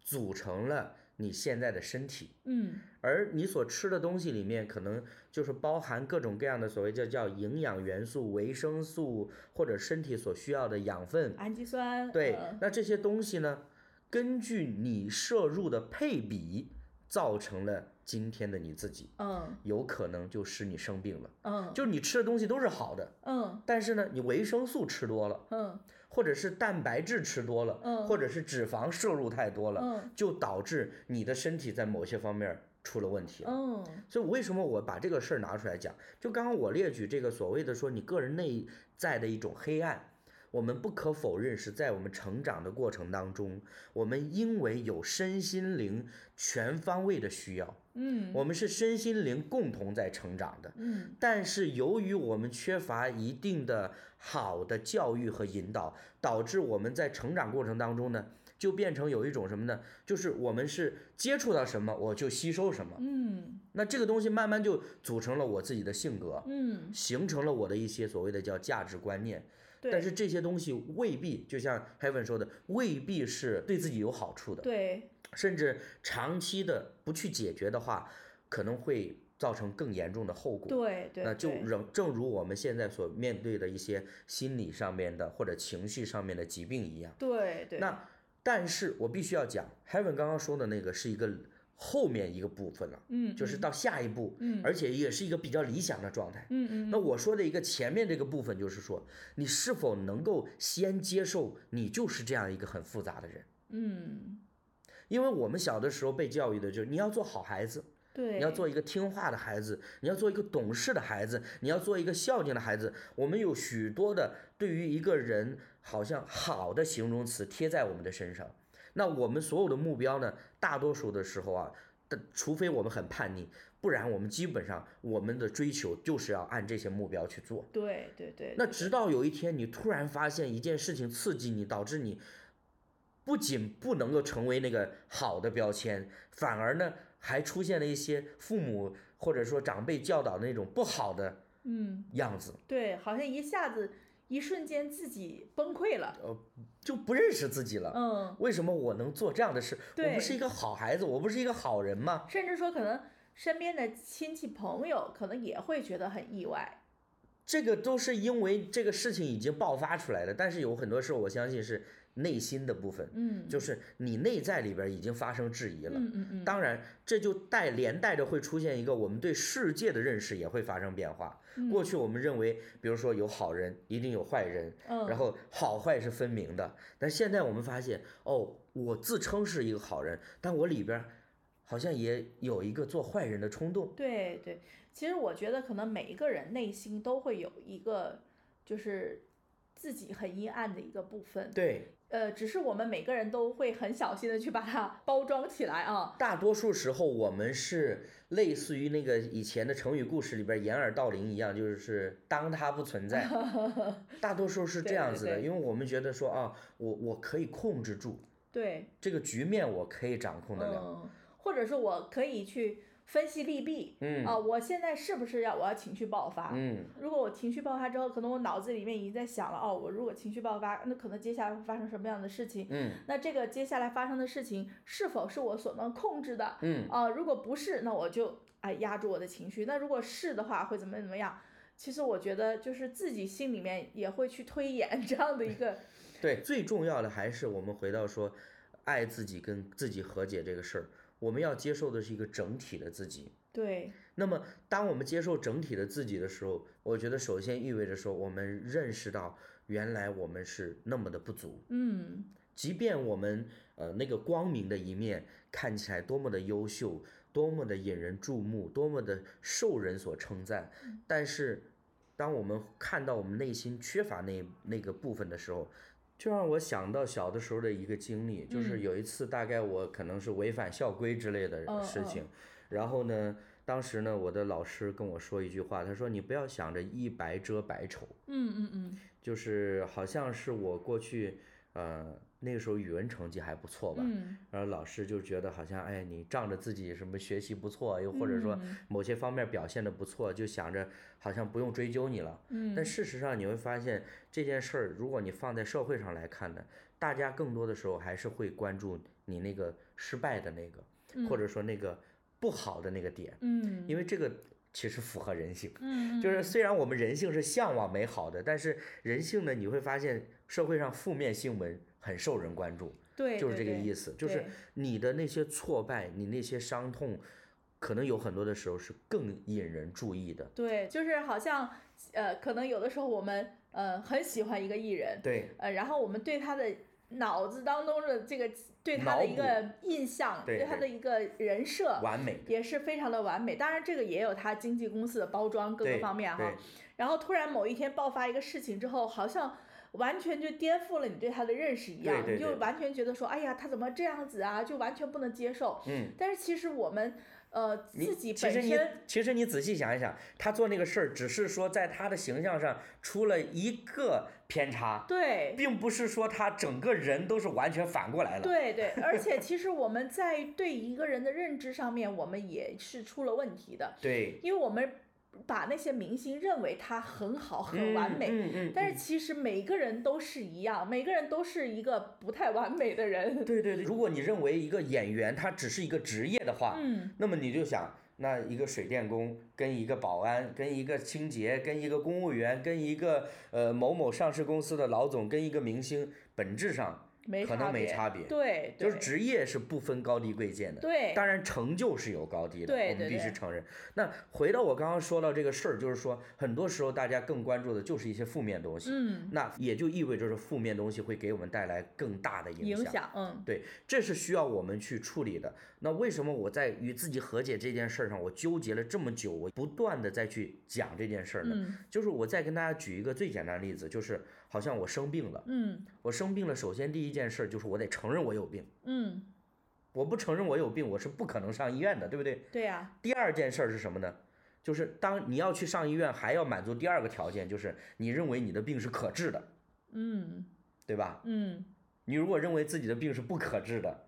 Speaker 1: 组成了你现在的身体。
Speaker 2: 嗯
Speaker 1: 而你所吃的东西里面，可能就是包含各种各样的所谓叫叫营养元素、维生素或者身体所需要的养分。
Speaker 2: 氨基酸。
Speaker 1: 对
Speaker 2: 呃，
Speaker 1: 那这些东西呢，根据你摄入的配比，造成了今天的你自己，
Speaker 2: 嗯
Speaker 1: 有可能就使你生病了。
Speaker 2: 嗯
Speaker 1: 就是你吃的东西都是好的，
Speaker 2: 嗯
Speaker 1: 但是呢，你维生素吃多了，
Speaker 2: 嗯
Speaker 1: 或者是蛋白质吃多了，
Speaker 2: 嗯
Speaker 1: 或者是脂肪摄入太多了，
Speaker 2: 嗯
Speaker 1: 就导致你的身体在某些方面儿出了问题了。
Speaker 2: 嗯
Speaker 1: 所以为什么我把这个事儿拿出来讲？就刚刚我列举这个所谓的说你个人内在的一种黑暗，我们不可否认是在我们成长的过程当中，我们因为有身心灵全方位的需要，
Speaker 2: 嗯
Speaker 1: 我们是身心灵共同在成长的。
Speaker 2: 嗯
Speaker 1: 但是由于我们缺乏一定的好的教育和引导，导致我们在成长过程当中呢，就变成有一种什么呢？就是我们是接触到什么我就吸收什么。
Speaker 2: 嗯
Speaker 1: 那这个东西慢慢就组成了我自己的性格，
Speaker 2: 嗯。
Speaker 1: 形成了我的一些所谓的叫价值观念。
Speaker 2: 对
Speaker 1: 但是这些东西未必，就像 Heaven 说的，未必是对自己有好处的，
Speaker 2: 对，
Speaker 1: 甚至长期的不去解决的话，可能会造成更严重的后果。
Speaker 2: 对对，
Speaker 1: 那就
Speaker 2: 对
Speaker 1: 仍正如我们现在所面对的一些心理上面的或者情绪上面的疾病一样。
Speaker 2: 对对，
Speaker 1: 那但是我必须要讲，Heaven 刚刚说的那个是一个后面一个部分了、
Speaker 2: 嗯
Speaker 1: 就是到下一步，
Speaker 2: 嗯
Speaker 1: 而且也是一个比较理想的状态。
Speaker 2: 嗯嗯
Speaker 1: 那我说的一个前面这个部分就是说，你是否能够先接受你就是这样一个很复杂的人？
Speaker 2: 嗯，
Speaker 1: 因为我们小的时候被教育的就是你要做好孩子，
Speaker 2: 对，
Speaker 1: 你要做一个听话的孩子，你要做一个懂事的孩子，你要做一个孝敬的孩子。我们有许多的对于一个人好像好的形容词贴在我们的身上。那我们所有的目标呢，大多数的时候啊，但除非我们很叛逆，不然我们基本上我们的追求就是要按这些目标去做。
Speaker 2: 对对对，
Speaker 1: 那
Speaker 2: 对
Speaker 1: 直到有一天你突然发现一件事情刺激你，导致你不仅不能够成为那个好的标签，反而呢还出现了一些父母或者说长辈教导的那种不好的
Speaker 2: 嗯，
Speaker 1: 样子，
Speaker 2: 对，好像一下子一瞬间自己崩溃了，
Speaker 1: 就不认识自己了。
Speaker 2: 嗯，
Speaker 1: 为什么我能做这样的事？我
Speaker 2: 对
Speaker 1: 不是一个好孩子，我不是一个好人吗？
Speaker 2: 嗯甚至说可能身边的亲戚朋友可能也会觉得很意外，
Speaker 1: 这个都是因为这个事情已经爆发出来了，但是有很多时候我相信是内心的部分，
Speaker 2: 嗯，
Speaker 1: 就是你内在里边已经发生质疑了。
Speaker 2: 嗯嗯嗯，
Speaker 1: 当然，这就带连带着会出现一个我们对世界的认识也会发生变化。
Speaker 2: 嗯
Speaker 1: 过去我们认为，比如说有好人，一定有坏人，
Speaker 2: 嗯，
Speaker 1: 然后好坏是分明的。但现在我们发现，哦，我自称是一个好人，但我里边儿好像也有一个做坏人的冲动。
Speaker 2: 对对，其实我觉得可能每一个人内心都会有一个，就是自己很阴暗的一个部分。
Speaker 1: 对，
Speaker 2: 呃，只是我们每个人都会很小心的去把它包装起来啊。
Speaker 1: 大多数时候我们是类似于那个以前的成语故事里边掩耳盗铃一样，就是当它不存 在，大多数是这
Speaker 2: 对
Speaker 1: 样
Speaker 2: 对
Speaker 1: 子的，
Speaker 2: 对
Speaker 1: 因为我们觉得说啊，我我可以控制住
Speaker 2: 对，
Speaker 1: 这个局面，我可以掌控得了。
Speaker 2: 嗯，或者是我可以去分析利弊。
Speaker 1: 嗯
Speaker 2: 啊，我现在是不是要我要情绪爆发？
Speaker 1: 嗯，
Speaker 2: 如果我情绪爆发之后，可能我脑子里面已经在想了，哦，我如果情绪爆发，那可能接下来会发生什么样的事情？
Speaker 1: 嗯
Speaker 2: 那这个接下来发生的事情是否是我所能控制的？
Speaker 1: 嗯
Speaker 2: 啊、如果不是，那我就哎压住我的情绪；那如果是的话，会怎么怎么样？其实我觉得就是自己心里面也会去推演这样的一个，
Speaker 1: 对，最重要的还是我们回到说，爱自己跟自己和解这个事儿，我们要接受的是一个整体的自己。
Speaker 2: 对
Speaker 1: 那么，当我们接受整体的自己的时候，我觉得首先意味着说，我们认识到原来我们是那么的不足，
Speaker 2: 嗯，
Speaker 1: 即便我们呃那个光明的一面看起来多么的优秀，多么的引人注目，多么的受人所称赞，但是当我们看到我们内心缺乏那那个部分的时候，就让我想到小的时候的一个经历，就是有一次大概我可能是违反校规之类的
Speaker 2: 嗯
Speaker 1: 事情，然后呢，当时呢我的老师跟我说一句话，他说你不要想着一白遮百丑，
Speaker 2: 嗯嗯嗯
Speaker 1: 就是好像是我过去，呃，那个时候语文成绩还不错吧，
Speaker 2: 嗯
Speaker 1: 然后老师就觉得好像，哎，你仗着自己什么学习不错，又或者说
Speaker 2: 嗯
Speaker 1: 某些方面表现的不错，就想着好像不用追究你了。
Speaker 2: 嗯，
Speaker 1: 但事实上你会发现这件事儿，如果你放在社会上来看呢，大家更多的时候还是会关注你那个失败的那个，或者说那个不好的那个点，
Speaker 2: 嗯
Speaker 1: 因为这个其实符合人性。
Speaker 2: 嗯
Speaker 1: 就是虽然我们人性是向往美好的，但是人性呢，你会发现社会上负面新闻很受人关注，
Speaker 2: 对
Speaker 1: 就是这个意
Speaker 2: 思，
Speaker 1: 思，就是
Speaker 2: 对
Speaker 1: 你的那些挫败，你那些伤痛，可能有很多的时候是更引人注意的。
Speaker 2: 对，就是好像呃，可能有的时候我们呃很喜欢一个艺人，
Speaker 1: 对
Speaker 2: 呃，然后我们对他的脑子当中的这个对他
Speaker 1: 脑
Speaker 2: 的一
Speaker 1: 补
Speaker 2: 个印象，
Speaker 1: 对
Speaker 2: 他
Speaker 1: 对
Speaker 2: 的一个人设，
Speaker 1: 完美，
Speaker 2: 也是非常的完美。当然，这个也有他经纪公司的包装各个
Speaker 1: 对
Speaker 2: 方面哈
Speaker 1: 对。
Speaker 2: 然后突然某一天爆发一个事情之后，好像完全就颠覆了你对他的认识一
Speaker 1: 对
Speaker 2: 样，
Speaker 1: 对
Speaker 2: 你就
Speaker 1: 对
Speaker 2: 完全觉得说，哎呀，他怎么这样子啊？就完全不能接受。
Speaker 1: 嗯。
Speaker 2: 但是其实我们呃
Speaker 1: 你
Speaker 2: 自己
Speaker 1: 其实
Speaker 2: 本
Speaker 1: 你
Speaker 2: 身
Speaker 1: 其实你仔细想一想，他做那个事儿，只是说在他的形象上出了一个偏差，
Speaker 2: 对。
Speaker 1: 并不是说他整个人都是完全反过来了。
Speaker 2: 对对，而且其实我们在对一个人的认知上面，我们也是出了问题的。
Speaker 1: 对，
Speaker 2: 因为我们把那些明星认为他很好、很
Speaker 1: 嗯
Speaker 2: 完美，
Speaker 1: 嗯嗯，
Speaker 2: 但是其实每个人都是一样，每个人都是一个不太完美的人。
Speaker 1: 对对对，如果你认为一个演员他只是一个职业的话，
Speaker 2: 嗯，
Speaker 1: 那么你就想，那一个水电工跟一个保安、跟一个清洁、跟一个公务员、跟一个呃某某上市公司的老总、跟一个明星，本质上
Speaker 2: 没
Speaker 1: 可
Speaker 2: 差
Speaker 1: 能没
Speaker 2: 别
Speaker 1: 差别，
Speaker 2: 对，
Speaker 1: 就是
Speaker 2: 对
Speaker 1: 职业是不分高低贵贱的。
Speaker 2: 对，嗯
Speaker 1: 当然成就是有高低的，
Speaker 2: 对
Speaker 1: 我们
Speaker 2: 对
Speaker 1: 必须
Speaker 2: 对
Speaker 1: 承认。那回到我刚刚说到这个事儿，就是说很多时候大家更关注的就是一些负面东西，
Speaker 2: 嗯，
Speaker 1: 那也就意味着是负面东西会给我们带来更大的
Speaker 2: 影响，嗯
Speaker 1: 对，这是需要我们去处理的。那为什么我在与自己和解这件事儿上，我纠结了这么久，我不断的再去讲这件事儿呢？
Speaker 2: 嗯
Speaker 1: 就是我再跟大家举一个最简单的例子，就是好像我生病了，
Speaker 2: 嗯
Speaker 1: 我生病了，首先第一件事就是我得承认我有病，
Speaker 2: 嗯，
Speaker 1: 我不承认我有病，我是不可能上医院的，对不对？
Speaker 2: 对呀，
Speaker 1: 第二件事儿是什么呢？就是当你要去上医院，还要满足第二个条件，就是你认为你的病是可治的，
Speaker 2: 嗯
Speaker 1: 对吧？
Speaker 2: 嗯
Speaker 1: 你如果认为自己的病是不可治的，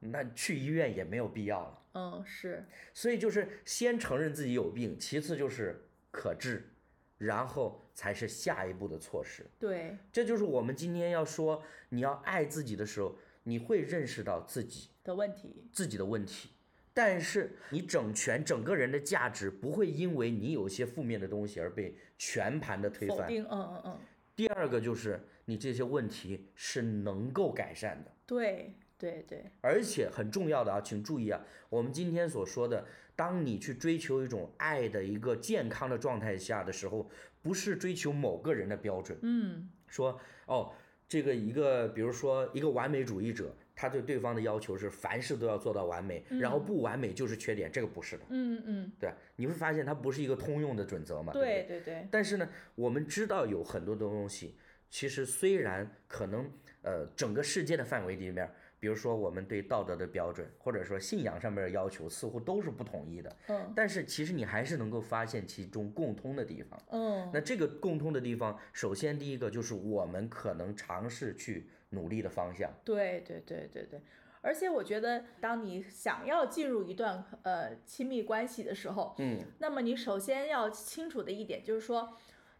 Speaker 1: 那去医院也没有必要了。
Speaker 2: 嗯是，
Speaker 1: 所以就是先承认自己有病，其次就是可治，然后才是下一步的措施。
Speaker 2: 对
Speaker 1: 这就是我们今天要说，你要爱自己的时候，你会认识到自己
Speaker 2: 的问题，
Speaker 1: 自己的问题，但是你整全整个人的价值不会因为你有些负面的东西而被全盘的推
Speaker 2: 否
Speaker 1: 翻。
Speaker 2: 定，嗯嗯嗯，
Speaker 1: 第二个就是你这些问题是能够改善的。
Speaker 2: 对对对，
Speaker 1: 而且很重要的啊，请注意啊，我们今天所说的，当你去追求一种爱的一个健康的状态下的时候，不是追求某个人的标准，
Speaker 2: 嗯
Speaker 1: 说哦，这个一个，比如说一个完美主义者，他对对方的要求是凡事都要做到完美，然后不完美就是缺点，这个不是的，
Speaker 2: 嗯嗯，
Speaker 1: 对吧，啊你会发现它不是一个通用的准则嘛，对不
Speaker 2: 对
Speaker 1: 对？
Speaker 2: 对对，
Speaker 1: 但是呢，我们知道有很多东西其实虽然可能呃整个世界的范围里面，比如说我们对道德的标准，或者说信仰上面的要求，似乎都是不统一的，
Speaker 2: 嗯
Speaker 1: 但是其实你还是能够发现其中共通的地方。
Speaker 2: 嗯
Speaker 1: 那这个共通的地方，首先第一个就是我们可能尝试去努力的方向。
Speaker 2: 对对对对对，而且我觉得，当你想要进入一段呃亲密关系的时候，
Speaker 1: 嗯，
Speaker 2: 那么你首先要清楚的一点就是说，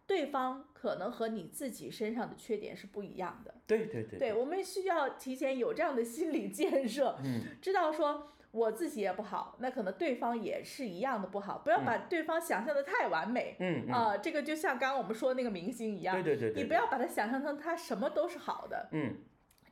Speaker 2: 对方可能和你自己身上的缺点是不一样的。
Speaker 1: 对对对
Speaker 2: 对，我们需要提前有这样的心理建设，
Speaker 1: 嗯，
Speaker 2: 知道说我自己也不好，那可能对方也是一样的不好，不要把对方想象的太完美。
Speaker 1: 嗯嗯，
Speaker 2: 啊、这个就像刚刚我们说的那个明星一样，
Speaker 1: 对对对对，
Speaker 2: 你不要把它想象成他什么都是好的。
Speaker 1: 嗯。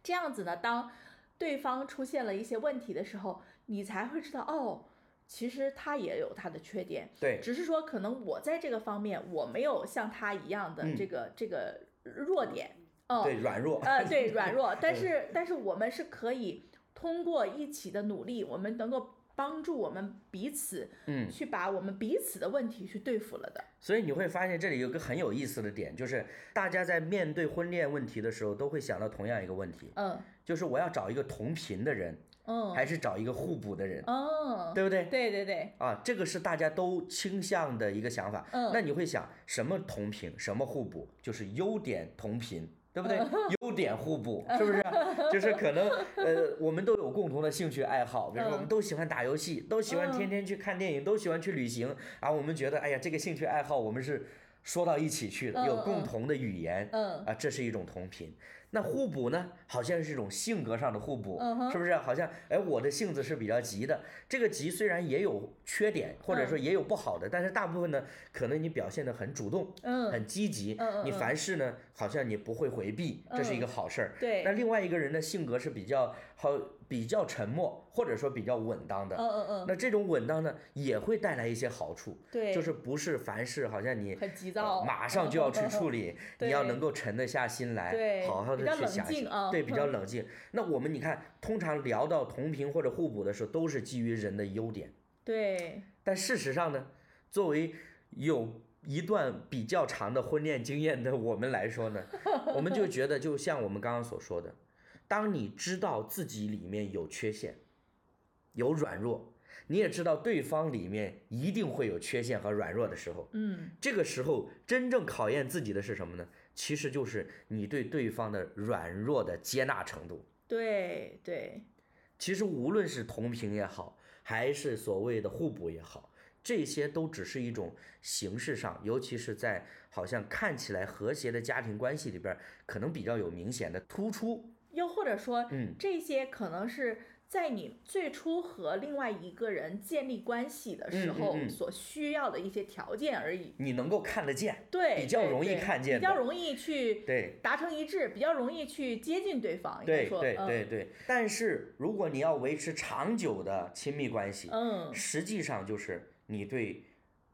Speaker 2: 这样子呢，当对方出现了一些问题的时候，你才会知道哦，其实他也有他的缺点，
Speaker 1: 对，
Speaker 2: 只是说可能我在这个方面我没有像他一样的
Speaker 1: 嗯
Speaker 2: 这个、这个弱点。哦，
Speaker 1: 对软弱，
Speaker 2: 呃，对，软弱，但是但是我们是可以通过一起的努力，我们能够帮助我们彼此
Speaker 1: 嗯，
Speaker 2: 去把我们彼此的问题去对付了的。
Speaker 1: 所以你会发现这里有个很有意思的点，就是大家在面对婚恋问题的时候，都会想到同样一个问题，
Speaker 2: 嗯
Speaker 1: 就是我要找一个同频的人，
Speaker 2: 嗯
Speaker 1: 还是找一个互补的人，
Speaker 2: 哦，
Speaker 1: 对不对？
Speaker 2: 对对对，
Speaker 1: 啊，这个是大家都倾向的一个想法。
Speaker 2: 嗯
Speaker 1: 那你会想什么同频，什么互补，就是优点同频，对不 对？优点互补，是不是？就是可能呃，我们都有共同的兴趣爱好，比如说我们
Speaker 2: 嗯
Speaker 1: 都喜欢打游戏，都喜欢天天去看电影，都喜欢去旅行啊。我们觉得，哎呀，这个兴趣爱好我们是说到一起去的，有
Speaker 2: 嗯
Speaker 1: 共
Speaker 2: 嗯
Speaker 1: 同的语言。
Speaker 2: 嗯
Speaker 1: 啊，这是一种同频。那互补呢，好像是一种性格上的互补，
Speaker 2: 嗯哼
Speaker 1: 是不是？好像，哎，我的性子是比较急的，这个急虽然也有缺点，或
Speaker 2: 嗯
Speaker 1: 者说也有不好的，但是大部分呢，可能你表现的很主动，
Speaker 2: 嗯，
Speaker 1: 很积极，
Speaker 2: 嗯嗯
Speaker 1: 你
Speaker 2: 嗯
Speaker 1: 凡事呢，好像你不会回避，这是一个好事儿。
Speaker 2: 对，
Speaker 1: 那另外一个人的性格是比较好，比较沉默，或者说比较稳当的。
Speaker 2: 嗯嗯嗯，
Speaker 1: 那这种稳当呢，也会带来一些好处，
Speaker 2: 对，
Speaker 1: 就是不是凡事好像你
Speaker 2: 很急
Speaker 1: 呃
Speaker 2: 躁，嗯
Speaker 1: 马上就要去处
Speaker 2: 理。
Speaker 1: 理，你要
Speaker 2: 嗯对
Speaker 1: 能够沉得下心来，
Speaker 2: 对
Speaker 1: 好好
Speaker 2: 比
Speaker 1: 的
Speaker 2: 较
Speaker 1: 去
Speaker 2: 冷
Speaker 1: 想
Speaker 2: 静
Speaker 1: 想，
Speaker 2: 啊
Speaker 1: 对，比较冷静。那我们你看，通常聊到同频或者互补的时候，都是基于人的优点，
Speaker 2: 对，
Speaker 1: 但事实上呢，作为有一段比较长的婚恋经验的我们来说呢，我 们就觉得，就像我们刚刚所说的，当你知道自己里面有缺陷，有软弱，你也知道对方里面一定会有缺陷和软弱的时候，
Speaker 2: 嗯，
Speaker 1: 这个时候真正考验自己的是什么呢？其实就是你对对方的软弱的接纳程度。
Speaker 2: 对对，
Speaker 1: 其实无论是同频也好，还是所谓的互补也好，这些都只是一种形式上，尤其是在好像看起来和谐的家庭关系里边儿，可能比较有明显的突出。
Speaker 2: 又或者说，
Speaker 1: 嗯，
Speaker 2: 这些可能是在你最初和另外一个人建立关系的时
Speaker 1: 嗯嗯
Speaker 2: 候
Speaker 1: 嗯
Speaker 2: 所需要的一些条件而已。
Speaker 1: 你能够看得见，
Speaker 2: 对，
Speaker 1: 比较
Speaker 2: 对
Speaker 1: 容易
Speaker 2: 对
Speaker 1: 看见
Speaker 2: 比较
Speaker 1: 的
Speaker 2: 容易去
Speaker 1: 对。
Speaker 2: 达成一致，比较容易去接近对方。应该
Speaker 1: 对
Speaker 2: 说，
Speaker 1: 对
Speaker 2: 嗯
Speaker 1: 对对，但是如果你要维持长久的亲密关系，
Speaker 2: 嗯，
Speaker 1: 实际上就是你对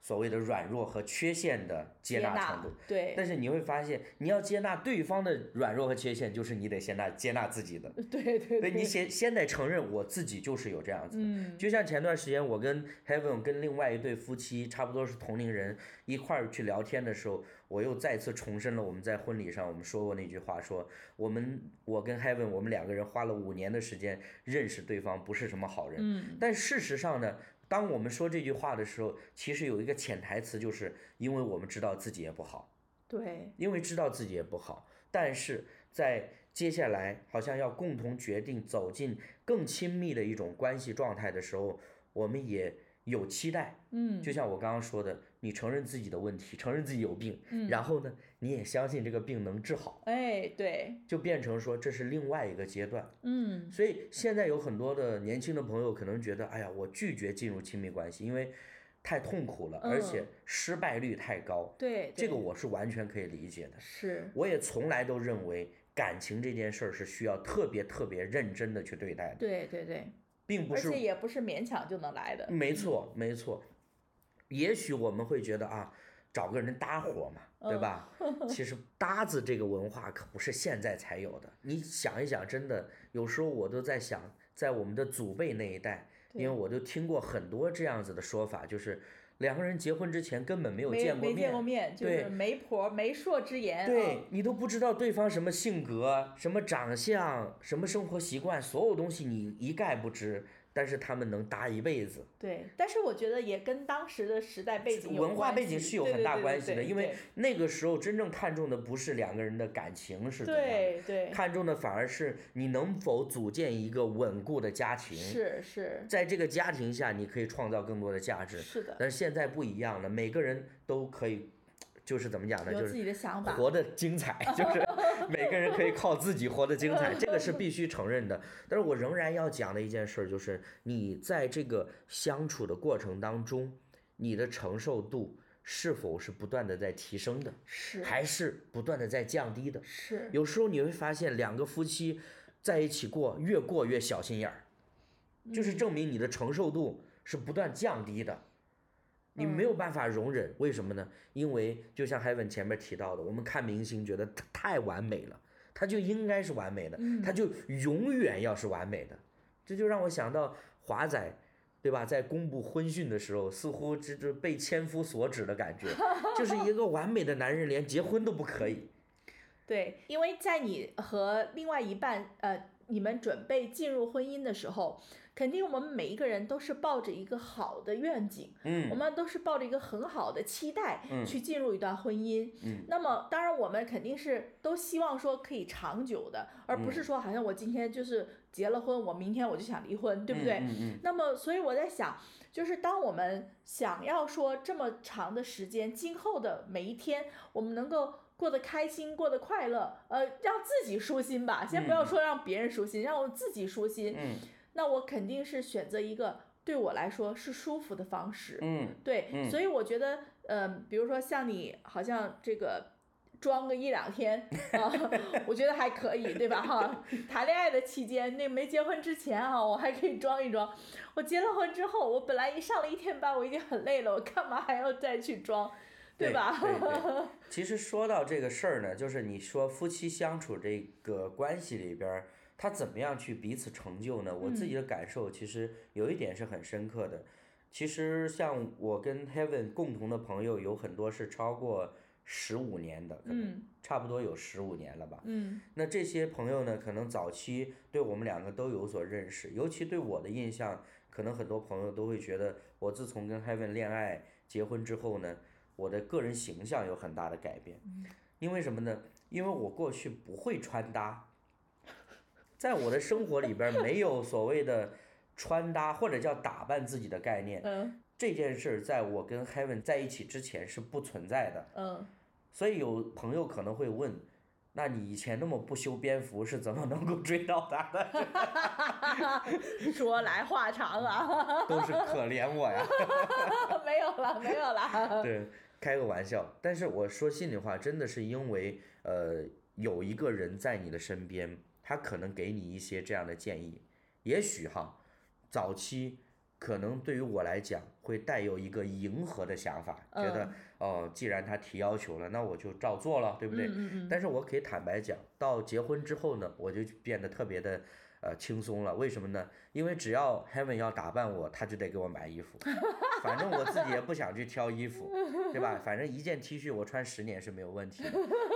Speaker 1: 所谓的软弱和缺陷的接纳程度。
Speaker 2: 对
Speaker 1: 但是你会发现，你要接纳对方的软弱和缺陷，就是你得先纳接纳自己的。
Speaker 2: 对对
Speaker 1: 对你先先得承认我自己就是有这样子的。
Speaker 2: 嗯
Speaker 1: 就像前段时间我跟 Heaven 跟另外一对夫妻，差不多是同龄人，一块儿去聊天的时候，我又再次重申了我们在婚礼上我们说过那句话说，我们我跟 Heaven 我们两个人花了五年的时间认识对方不是什么好人。
Speaker 2: 嗯
Speaker 1: 但事实上呢，当我们说这句话的时候，其实有一个潜台词，就是因为我们知道自己也不好，
Speaker 2: 对
Speaker 1: 因为知道自己也不好，但是在接下来好像要共同决定走进更亲密的一种关系状态的时候，我们也有期待。
Speaker 2: 嗯
Speaker 1: 就像我刚刚说的，你承认自己的问题，承认自己有病，
Speaker 2: 嗯
Speaker 1: 然后呢，你也相信这个病能治好，
Speaker 2: 哎对
Speaker 1: 就变成说这是另外一个阶段。
Speaker 2: 嗯
Speaker 1: 所以现在有很多的年轻的朋友可能觉得，哎呀，我拒绝进入亲密关系，因为太痛苦了，而且
Speaker 2: 嗯
Speaker 1: 失败率太高。
Speaker 2: 对
Speaker 1: 这
Speaker 2: 对
Speaker 1: 个我是完全可以理解的。
Speaker 2: 是
Speaker 1: 我也从来都认为感情这件事儿是需要特别特别认真的去对待的，
Speaker 2: 对对对，
Speaker 1: 并不
Speaker 2: 而
Speaker 1: 是
Speaker 2: 且也不是勉强就能来的。
Speaker 1: 没错没错。也许我们会觉得啊，找个人搭伙嘛，对
Speaker 2: 嗯
Speaker 1: 吧？其实搭子这个文化可不是现在才有的。你想一想，真的，有时候我都在想，在我们的祖辈那一代，因为
Speaker 2: 对
Speaker 1: 我就听过很多这样子的说法，就是两个人结婚之前根本没有
Speaker 2: 没
Speaker 1: 见过
Speaker 2: 没见
Speaker 1: 面，
Speaker 2: 过面，就
Speaker 1: 对
Speaker 2: 是媒婆媒妁之言。
Speaker 1: 对
Speaker 2: 啊
Speaker 1: 你都不知道对方什么性格、什么长相、什么生活习惯，所有东西你一概不知。但是他们能搭一辈子，
Speaker 2: 对，但是我觉得也跟当时的时代背景有
Speaker 1: 文化
Speaker 2: 关
Speaker 1: 背景
Speaker 2: 系
Speaker 1: 是有
Speaker 2: 对
Speaker 1: 很
Speaker 2: 对
Speaker 1: 大
Speaker 2: 对
Speaker 1: 关
Speaker 2: 对
Speaker 1: 系的，
Speaker 2: 对
Speaker 1: 因为
Speaker 2: 对
Speaker 1: 那个时候真正看重的不是两个人的感情是怎样的，
Speaker 2: 对对
Speaker 1: 看重的反而是你能否组建一个稳固的家庭。
Speaker 2: 是是
Speaker 1: 在这个家庭下，你可以创造更多的价值。
Speaker 2: 是的，
Speaker 1: 但是现在不一样了，每个人都可以，就是怎么讲呢？
Speaker 2: 有
Speaker 1: 就
Speaker 2: 自己
Speaker 1: 是
Speaker 2: 的想法。
Speaker 1: 活得精彩，就是每个人可以靠自己活得精彩，这个是必须承认的。但是我仍然要讲的一件事儿就是，你在这个相处的过程当中，你的承受度是否是不断的在提升的，
Speaker 2: 是
Speaker 1: 还是不断的在降低的？
Speaker 2: 是
Speaker 1: 有时候你会发现，两个夫妻在一起过，越过越小心眼儿，就是证明你的承受度是不断降低的，你没有办法容忍。为什么呢？因为就像海文前面提到的，我们看明星觉得他太完美了，他就应该是完美的，他就永远要是完美的。这就让我想到华仔。对吧？在公布婚讯的时候，似乎这这被千夫所指的感觉，就是一个完美的男人连结婚都不可以。
Speaker 2: 对，因为在你和另外一半呃，你们准备进入婚姻的时候，肯定我们每一个人都是抱着一个好的愿景，
Speaker 1: 嗯，
Speaker 2: 我们都是抱着一个很好的期待去进入一段婚姻。
Speaker 1: 嗯
Speaker 2: 那么当然我们肯定是都希望说可以长久的，而
Speaker 1: 嗯
Speaker 2: 不是说好像我今天就是结了婚，我明天我就想离婚，对不对？
Speaker 1: 嗯嗯
Speaker 2: 那么，所以我在想，就是当我们想要说这么长的时间，今后的每一天，我们能够过得开心，过得快乐，呃，让自己舒心吧，先不要说让别人舒心，让我自己舒心。
Speaker 1: 嗯
Speaker 2: 那我肯定是选择一个对我来说是舒服的方式。
Speaker 1: 嗯
Speaker 2: 对，
Speaker 1: 嗯
Speaker 2: 所以我觉得，呃，比如说像你，好像这个。装个一两天啊、 我觉得还可以，对吧？哈，谈恋爱的期间，那没结婚之前啊，我还可以装一装。我结了婚之后，我本来一上了一天班，我已经很累了，我干嘛还要再去装，
Speaker 1: 对
Speaker 2: 吧？
Speaker 1: 对对其实说到这个事儿呢，就是你说夫妻相处这个关系里边儿，他怎么样去彼此成就
Speaker 2: 嗯
Speaker 1: 呢？我自己的感受其实有一点是很深刻的。其实像我跟 Heaven 共同的朋友有很多是超过十五年的，可能
Speaker 2: 嗯
Speaker 1: 差不多有十五年了吧。
Speaker 2: 嗯
Speaker 1: 那这些朋友呢，可能早期对我们两个都有所认识，尤其对我的印象，可能很多朋友都会觉得，我自从跟 Heaven 恋爱、结婚之后呢，我的个人形象有很大的改变。因为什么呢？因为我过去不会穿搭，在我的生活里边儿没有所谓的穿搭或者叫打扮自己的概念，
Speaker 2: 嗯
Speaker 1: 这件事儿在我跟 Heaven 在一起之前是不存在的。
Speaker 2: 嗯，
Speaker 1: 所以有朋友可能会问，那你以前那么不修边幅，是怎么能够追到他的？
Speaker 2: 说来话长啊，
Speaker 1: 都是可怜我呀。
Speaker 2: 没有了，没有了。
Speaker 1: 对，开个玩笑。但是我说心里话，真的是因为呃，有一个人在你的身边，他可能给你一些这样的建议。也许哈，早期可能对于我来讲，会带有一个迎合的想法，觉得
Speaker 2: 嗯
Speaker 1: 哦、既然他提要求了，那我就照做了，对不对？
Speaker 2: 嗯嗯嗯，
Speaker 1: 但是我可以坦白讲，到结婚之后呢，我就变得特别的呃轻松了。为什么呢？因为只要 Heaven 要打扮我，他就得给我买衣服，反正我自己也不想去挑衣服，对吧？反正一件 T 恤我穿十年是没有问题的，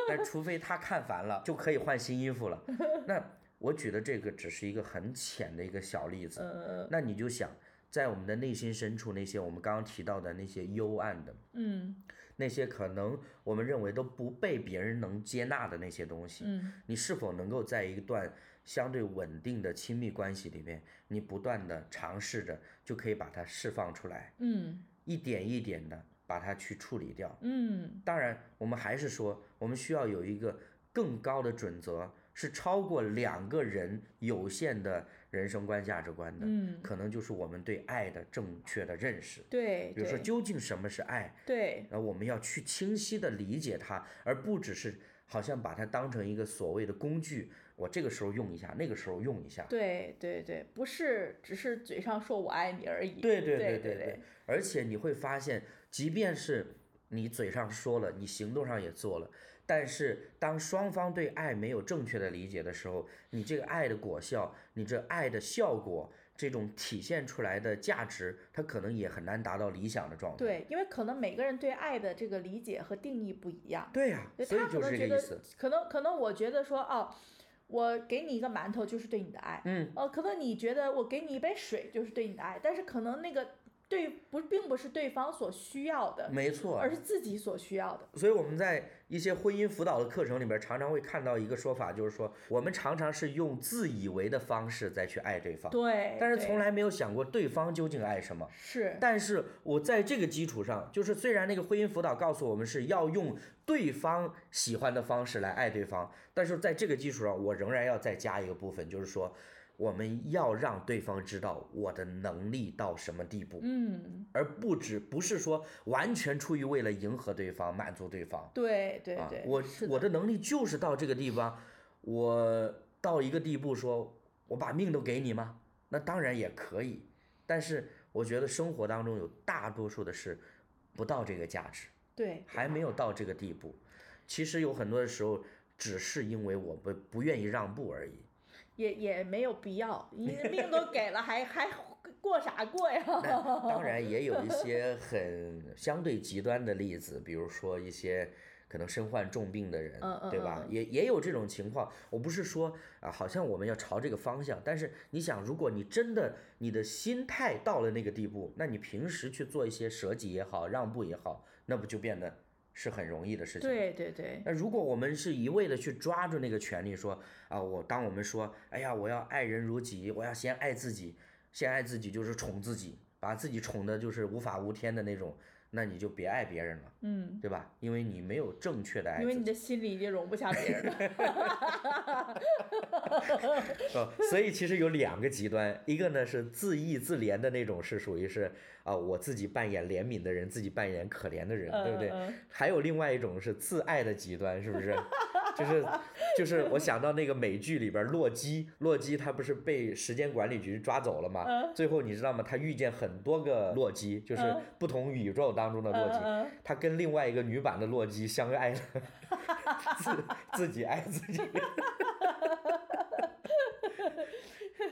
Speaker 1: 但除非他看烦了，就可以换新衣服了。那我举的这个只是一个很浅的一个小例子，
Speaker 2: 嗯
Speaker 1: 那你就想。在我们的内心深处，那些我们刚刚提到的那些幽暗的，
Speaker 2: 嗯
Speaker 1: 那些可能我们认为都不被别人能接纳的那些东西，
Speaker 2: 嗯
Speaker 1: 你是否能够在一段相对稳定的亲密关系里面，你不断的尝试着，就可以把它释放出来，
Speaker 2: 嗯
Speaker 1: 一点一点的把它去处理掉。
Speaker 2: 嗯，
Speaker 1: 当然，我们还是说，我们需要有一个更高的准则，是超过两个人有限的人生观、价值观的，
Speaker 2: 嗯
Speaker 1: 可能就是我们对爱的正确的认识。
Speaker 2: 对
Speaker 1: 比如说，
Speaker 2: 哎对
Speaker 1: 究竟什么是爱？
Speaker 2: 对，
Speaker 1: 然后我们要去清晰的理解它，而不只是好像把它当成一个所谓的工具，我这个时候用一下，那个时候用一下。
Speaker 2: 对对对，不是只是嘴上说我爱你而已。
Speaker 1: 对对对
Speaker 2: 对对
Speaker 1: 对，而且你会发现，即便是你嘴上说了，你行动上也做了，但是当双方对爱没有正确的理解的时候，你这个爱的果效，你这爱的效果，这种体现出来的价值，它可能也很难达到理想的状态。
Speaker 2: 对，因为可能每个人对爱的这个理解和定义不一样，
Speaker 1: 对呀、
Speaker 2: 对
Speaker 1: 所
Speaker 2: 他
Speaker 1: 以
Speaker 2: 可
Speaker 1: 就
Speaker 2: 能
Speaker 1: 是
Speaker 2: 觉
Speaker 1: 这
Speaker 2: 得
Speaker 1: 个意思。，
Speaker 2: 可能可能我觉得说，哦，我给你一个馒头就是对你的爱，
Speaker 1: 嗯，
Speaker 2: 呃，可能你觉得我给你一杯水就是对你的爱，但是可能那个对不并不是对方所需要的，
Speaker 1: 没错
Speaker 2: 呃而。是自己所需要的。
Speaker 1: 所以我们在一些婚姻辅导的课程里边，常常会看到一个说法，就是说我们常常是用自以为的方式再去爱对方，
Speaker 2: 对，
Speaker 1: 但是
Speaker 2: 哎对
Speaker 1: 从来没有想过对方究竟爱什么。
Speaker 2: 是
Speaker 1: 但是我在这个基础上，就是虽然那个婚姻辅导告诉我们是要用对方喜欢的方式来爱对方，但是在这个基础上，我仍然要再加一个部分，就是说我们要让对方知道我的能力到什么地步，
Speaker 2: 嗯，
Speaker 1: 而不只不是说完全出于为了迎合对方、满足对方。
Speaker 2: 对对
Speaker 1: 啊
Speaker 2: 对，，
Speaker 1: 我
Speaker 2: 是
Speaker 1: 我的能力就是到这个地方，我到一个地步说，我把命都给你吗？那当然也可以，但是我觉得生活当中有大多数的事不到这个价值，
Speaker 2: 对
Speaker 1: 还没有到这个地步。其实有很多的时候，只是因为我们不愿意让步而已。
Speaker 2: 也也没有必要，你的命都给了，还还过啥过呀？
Speaker 1: 当然也有一些很相对极端的例子，比如说一些可能身患重病的人，
Speaker 2: 嗯嗯
Speaker 1: 对吧？
Speaker 2: 嗯
Speaker 1: 也也有这种情况。我不是说啊，好像我们要朝这个方向，但是你想，如果你真的你的心态到了那个地步，那你平时去做一些舍己也好，让步也好，那不就变得是很容易的事情？。
Speaker 2: 对对对，
Speaker 1: 那如果我们是一味的去抓住那个权利，说啊，我当我们说，哎呀，我要爱人如己，我要先爱自己，先爱自己就是宠自己，把自己宠的就是无法无天的那种，那你就别爱别人了，
Speaker 2: 嗯，
Speaker 1: 对吧？因为你没有正确的爱
Speaker 2: 因为
Speaker 1: 自
Speaker 2: 你
Speaker 1: 己，
Speaker 2: 的心里已经容不下别 人了。
Speaker 1: 呃，所以其实有两个极端，一个呢是自义自怜的那种，是属于是啊、我自己扮演怜悯的人，自己扮演可怜的人，对不对？
Speaker 2: 嗯嗯
Speaker 1: 还有另外一种是自爱的极端，是不是？就是就是，我想到那个美剧里边儿洛基，洛基他不是被时间管理局抓走了吗？
Speaker 2: 嗯
Speaker 1: 最后你知道吗？他遇见很多个洛基，就是
Speaker 2: 嗯
Speaker 1: 不同宇宙当中的洛基，
Speaker 2: 嗯嗯
Speaker 1: 他跟另外一个女版的洛基相爱了， 自自己爱自己。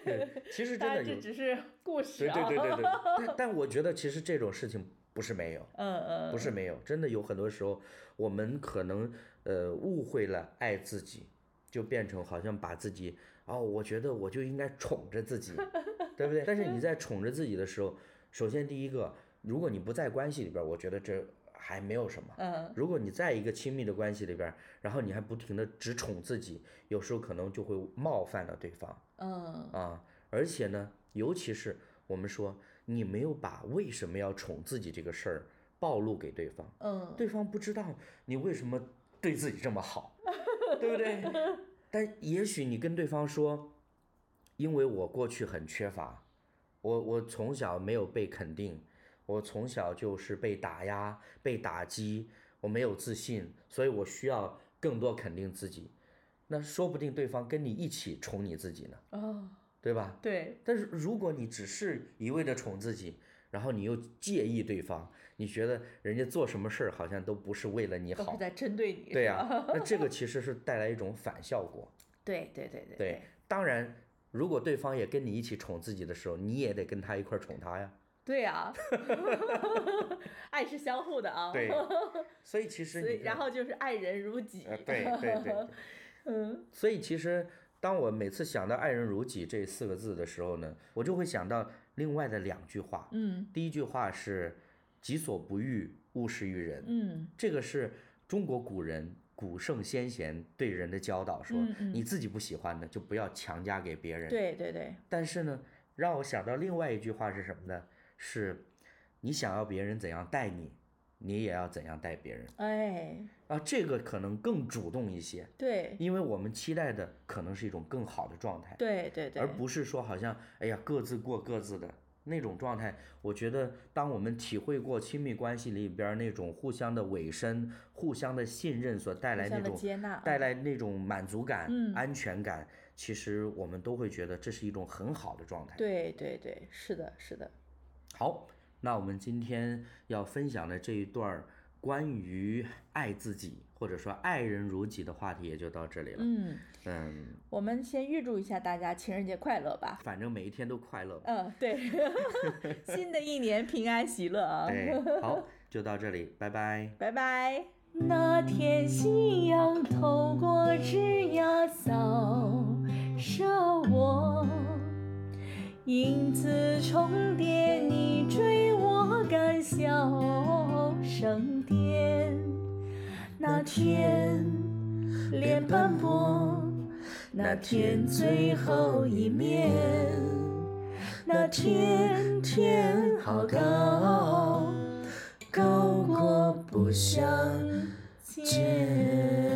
Speaker 1: 对，其实真
Speaker 2: 当
Speaker 1: 的
Speaker 2: 然这
Speaker 1: 有，
Speaker 2: 只是故事
Speaker 1: 对
Speaker 2: 啊。
Speaker 1: 对对对对，但但我觉得其实这种事情不是没有。
Speaker 2: 嗯嗯，
Speaker 1: 不是没有，真的有很多时候，我们可能呃误会了爱自己，就变成好像把自己哦，我觉得我就应该宠着自己，对不对？但是你在宠着自己的时候，首先第一个，如果你不在关系里边儿，我觉得这还没有什么。
Speaker 2: 嗯，
Speaker 1: 如果你在一个亲密的关系里边儿，然后你还不停的只宠自己，有时候可能就会冒犯到对方
Speaker 2: 嗯，
Speaker 1: 啊。而且呢，尤其是我们说你没有把为什么要宠自己这个事儿暴露给对方，
Speaker 2: 嗯，
Speaker 1: 对方不知道你为什么对自己这么好，对不对？ 但也许你跟对方说，因为我过去很缺乏，我我从小没有被肯定，我从小就是被打压、被打击，我没有自信，所以我需要更多肯定自己。那说不定对方跟你一起宠你自己呢，
Speaker 2: 哦，
Speaker 1: 对吧？
Speaker 2: 对，
Speaker 1: 但是如果你只是一味的宠自己，然后你又介意对方，你觉得人家做什么事儿好像都不是为了你
Speaker 2: 都是
Speaker 1: 好，
Speaker 2: 在针对你。
Speaker 1: 对
Speaker 2: 是
Speaker 1: 呀、
Speaker 2: 吧
Speaker 1: 那这个其实是带来一种反效果。
Speaker 2: 对对对对
Speaker 1: 对，当然，如果对方也跟你一起宠自己的时候，你也得跟他一块儿宠他呀。
Speaker 2: 对呀， 爱是相互的啊。
Speaker 1: 对，所以其实
Speaker 2: 所以
Speaker 1: 你
Speaker 2: 然
Speaker 1: 看
Speaker 2: 后就是爱人如己。
Speaker 1: 呃，对对对，对
Speaker 2: 嗯
Speaker 1: 所以其实当我每次想到“爱人如己”这四个字的时候呢，我就会想到另外的两句话。
Speaker 2: 嗯
Speaker 1: 第一句话是“己所不欲，勿施于人”。
Speaker 2: 嗯
Speaker 1: 这个是中国古人、古圣先贤对人的教导说，
Speaker 2: 嗯嗯
Speaker 1: 你自己不喜欢的就不要强加给别人。
Speaker 2: 对对对，
Speaker 1: 但是呢，让我想到另外一句话是什么呢？是你想要别人怎样待你，你也要怎样待别人
Speaker 2: 哎，
Speaker 1: 啊。这个可能更主动一些，
Speaker 2: 对
Speaker 1: 因为我们期待的可能是一种更好的状态，
Speaker 2: 对对对，
Speaker 1: 而不是说好像哎呀各自过各自的。那种状态，我觉得，当我们体会过亲密关系里边儿那种互相的委身、互相的信任所带
Speaker 2: 互
Speaker 1: 来那
Speaker 2: 相的
Speaker 1: 种
Speaker 2: 接纳，
Speaker 1: 带来那种满足感、
Speaker 2: 嗯
Speaker 1: 安全感，其实我们都会觉得这是一种很好的状态。
Speaker 2: 对对对，是的，是的，
Speaker 1: 好，那我们今天要分享的这一段儿关于爱自己或者说爱人如己的话题也就到这里了。
Speaker 2: 嗯，
Speaker 1: 嗯，
Speaker 2: 我们先预祝一下大家情人节快乐吧。
Speaker 1: 反正每一天都快乐吧。
Speaker 2: 嗯，对，新的一年平安喜乐啊！
Speaker 1: 对，哎好，就到这里，拜拜。
Speaker 2: 拜拜。那天夕阳透过枝桠扫射我，影子重叠，你追我赶，笑声颠。那天脸斑驳，那天最后一面，那天天好高。高过不相见。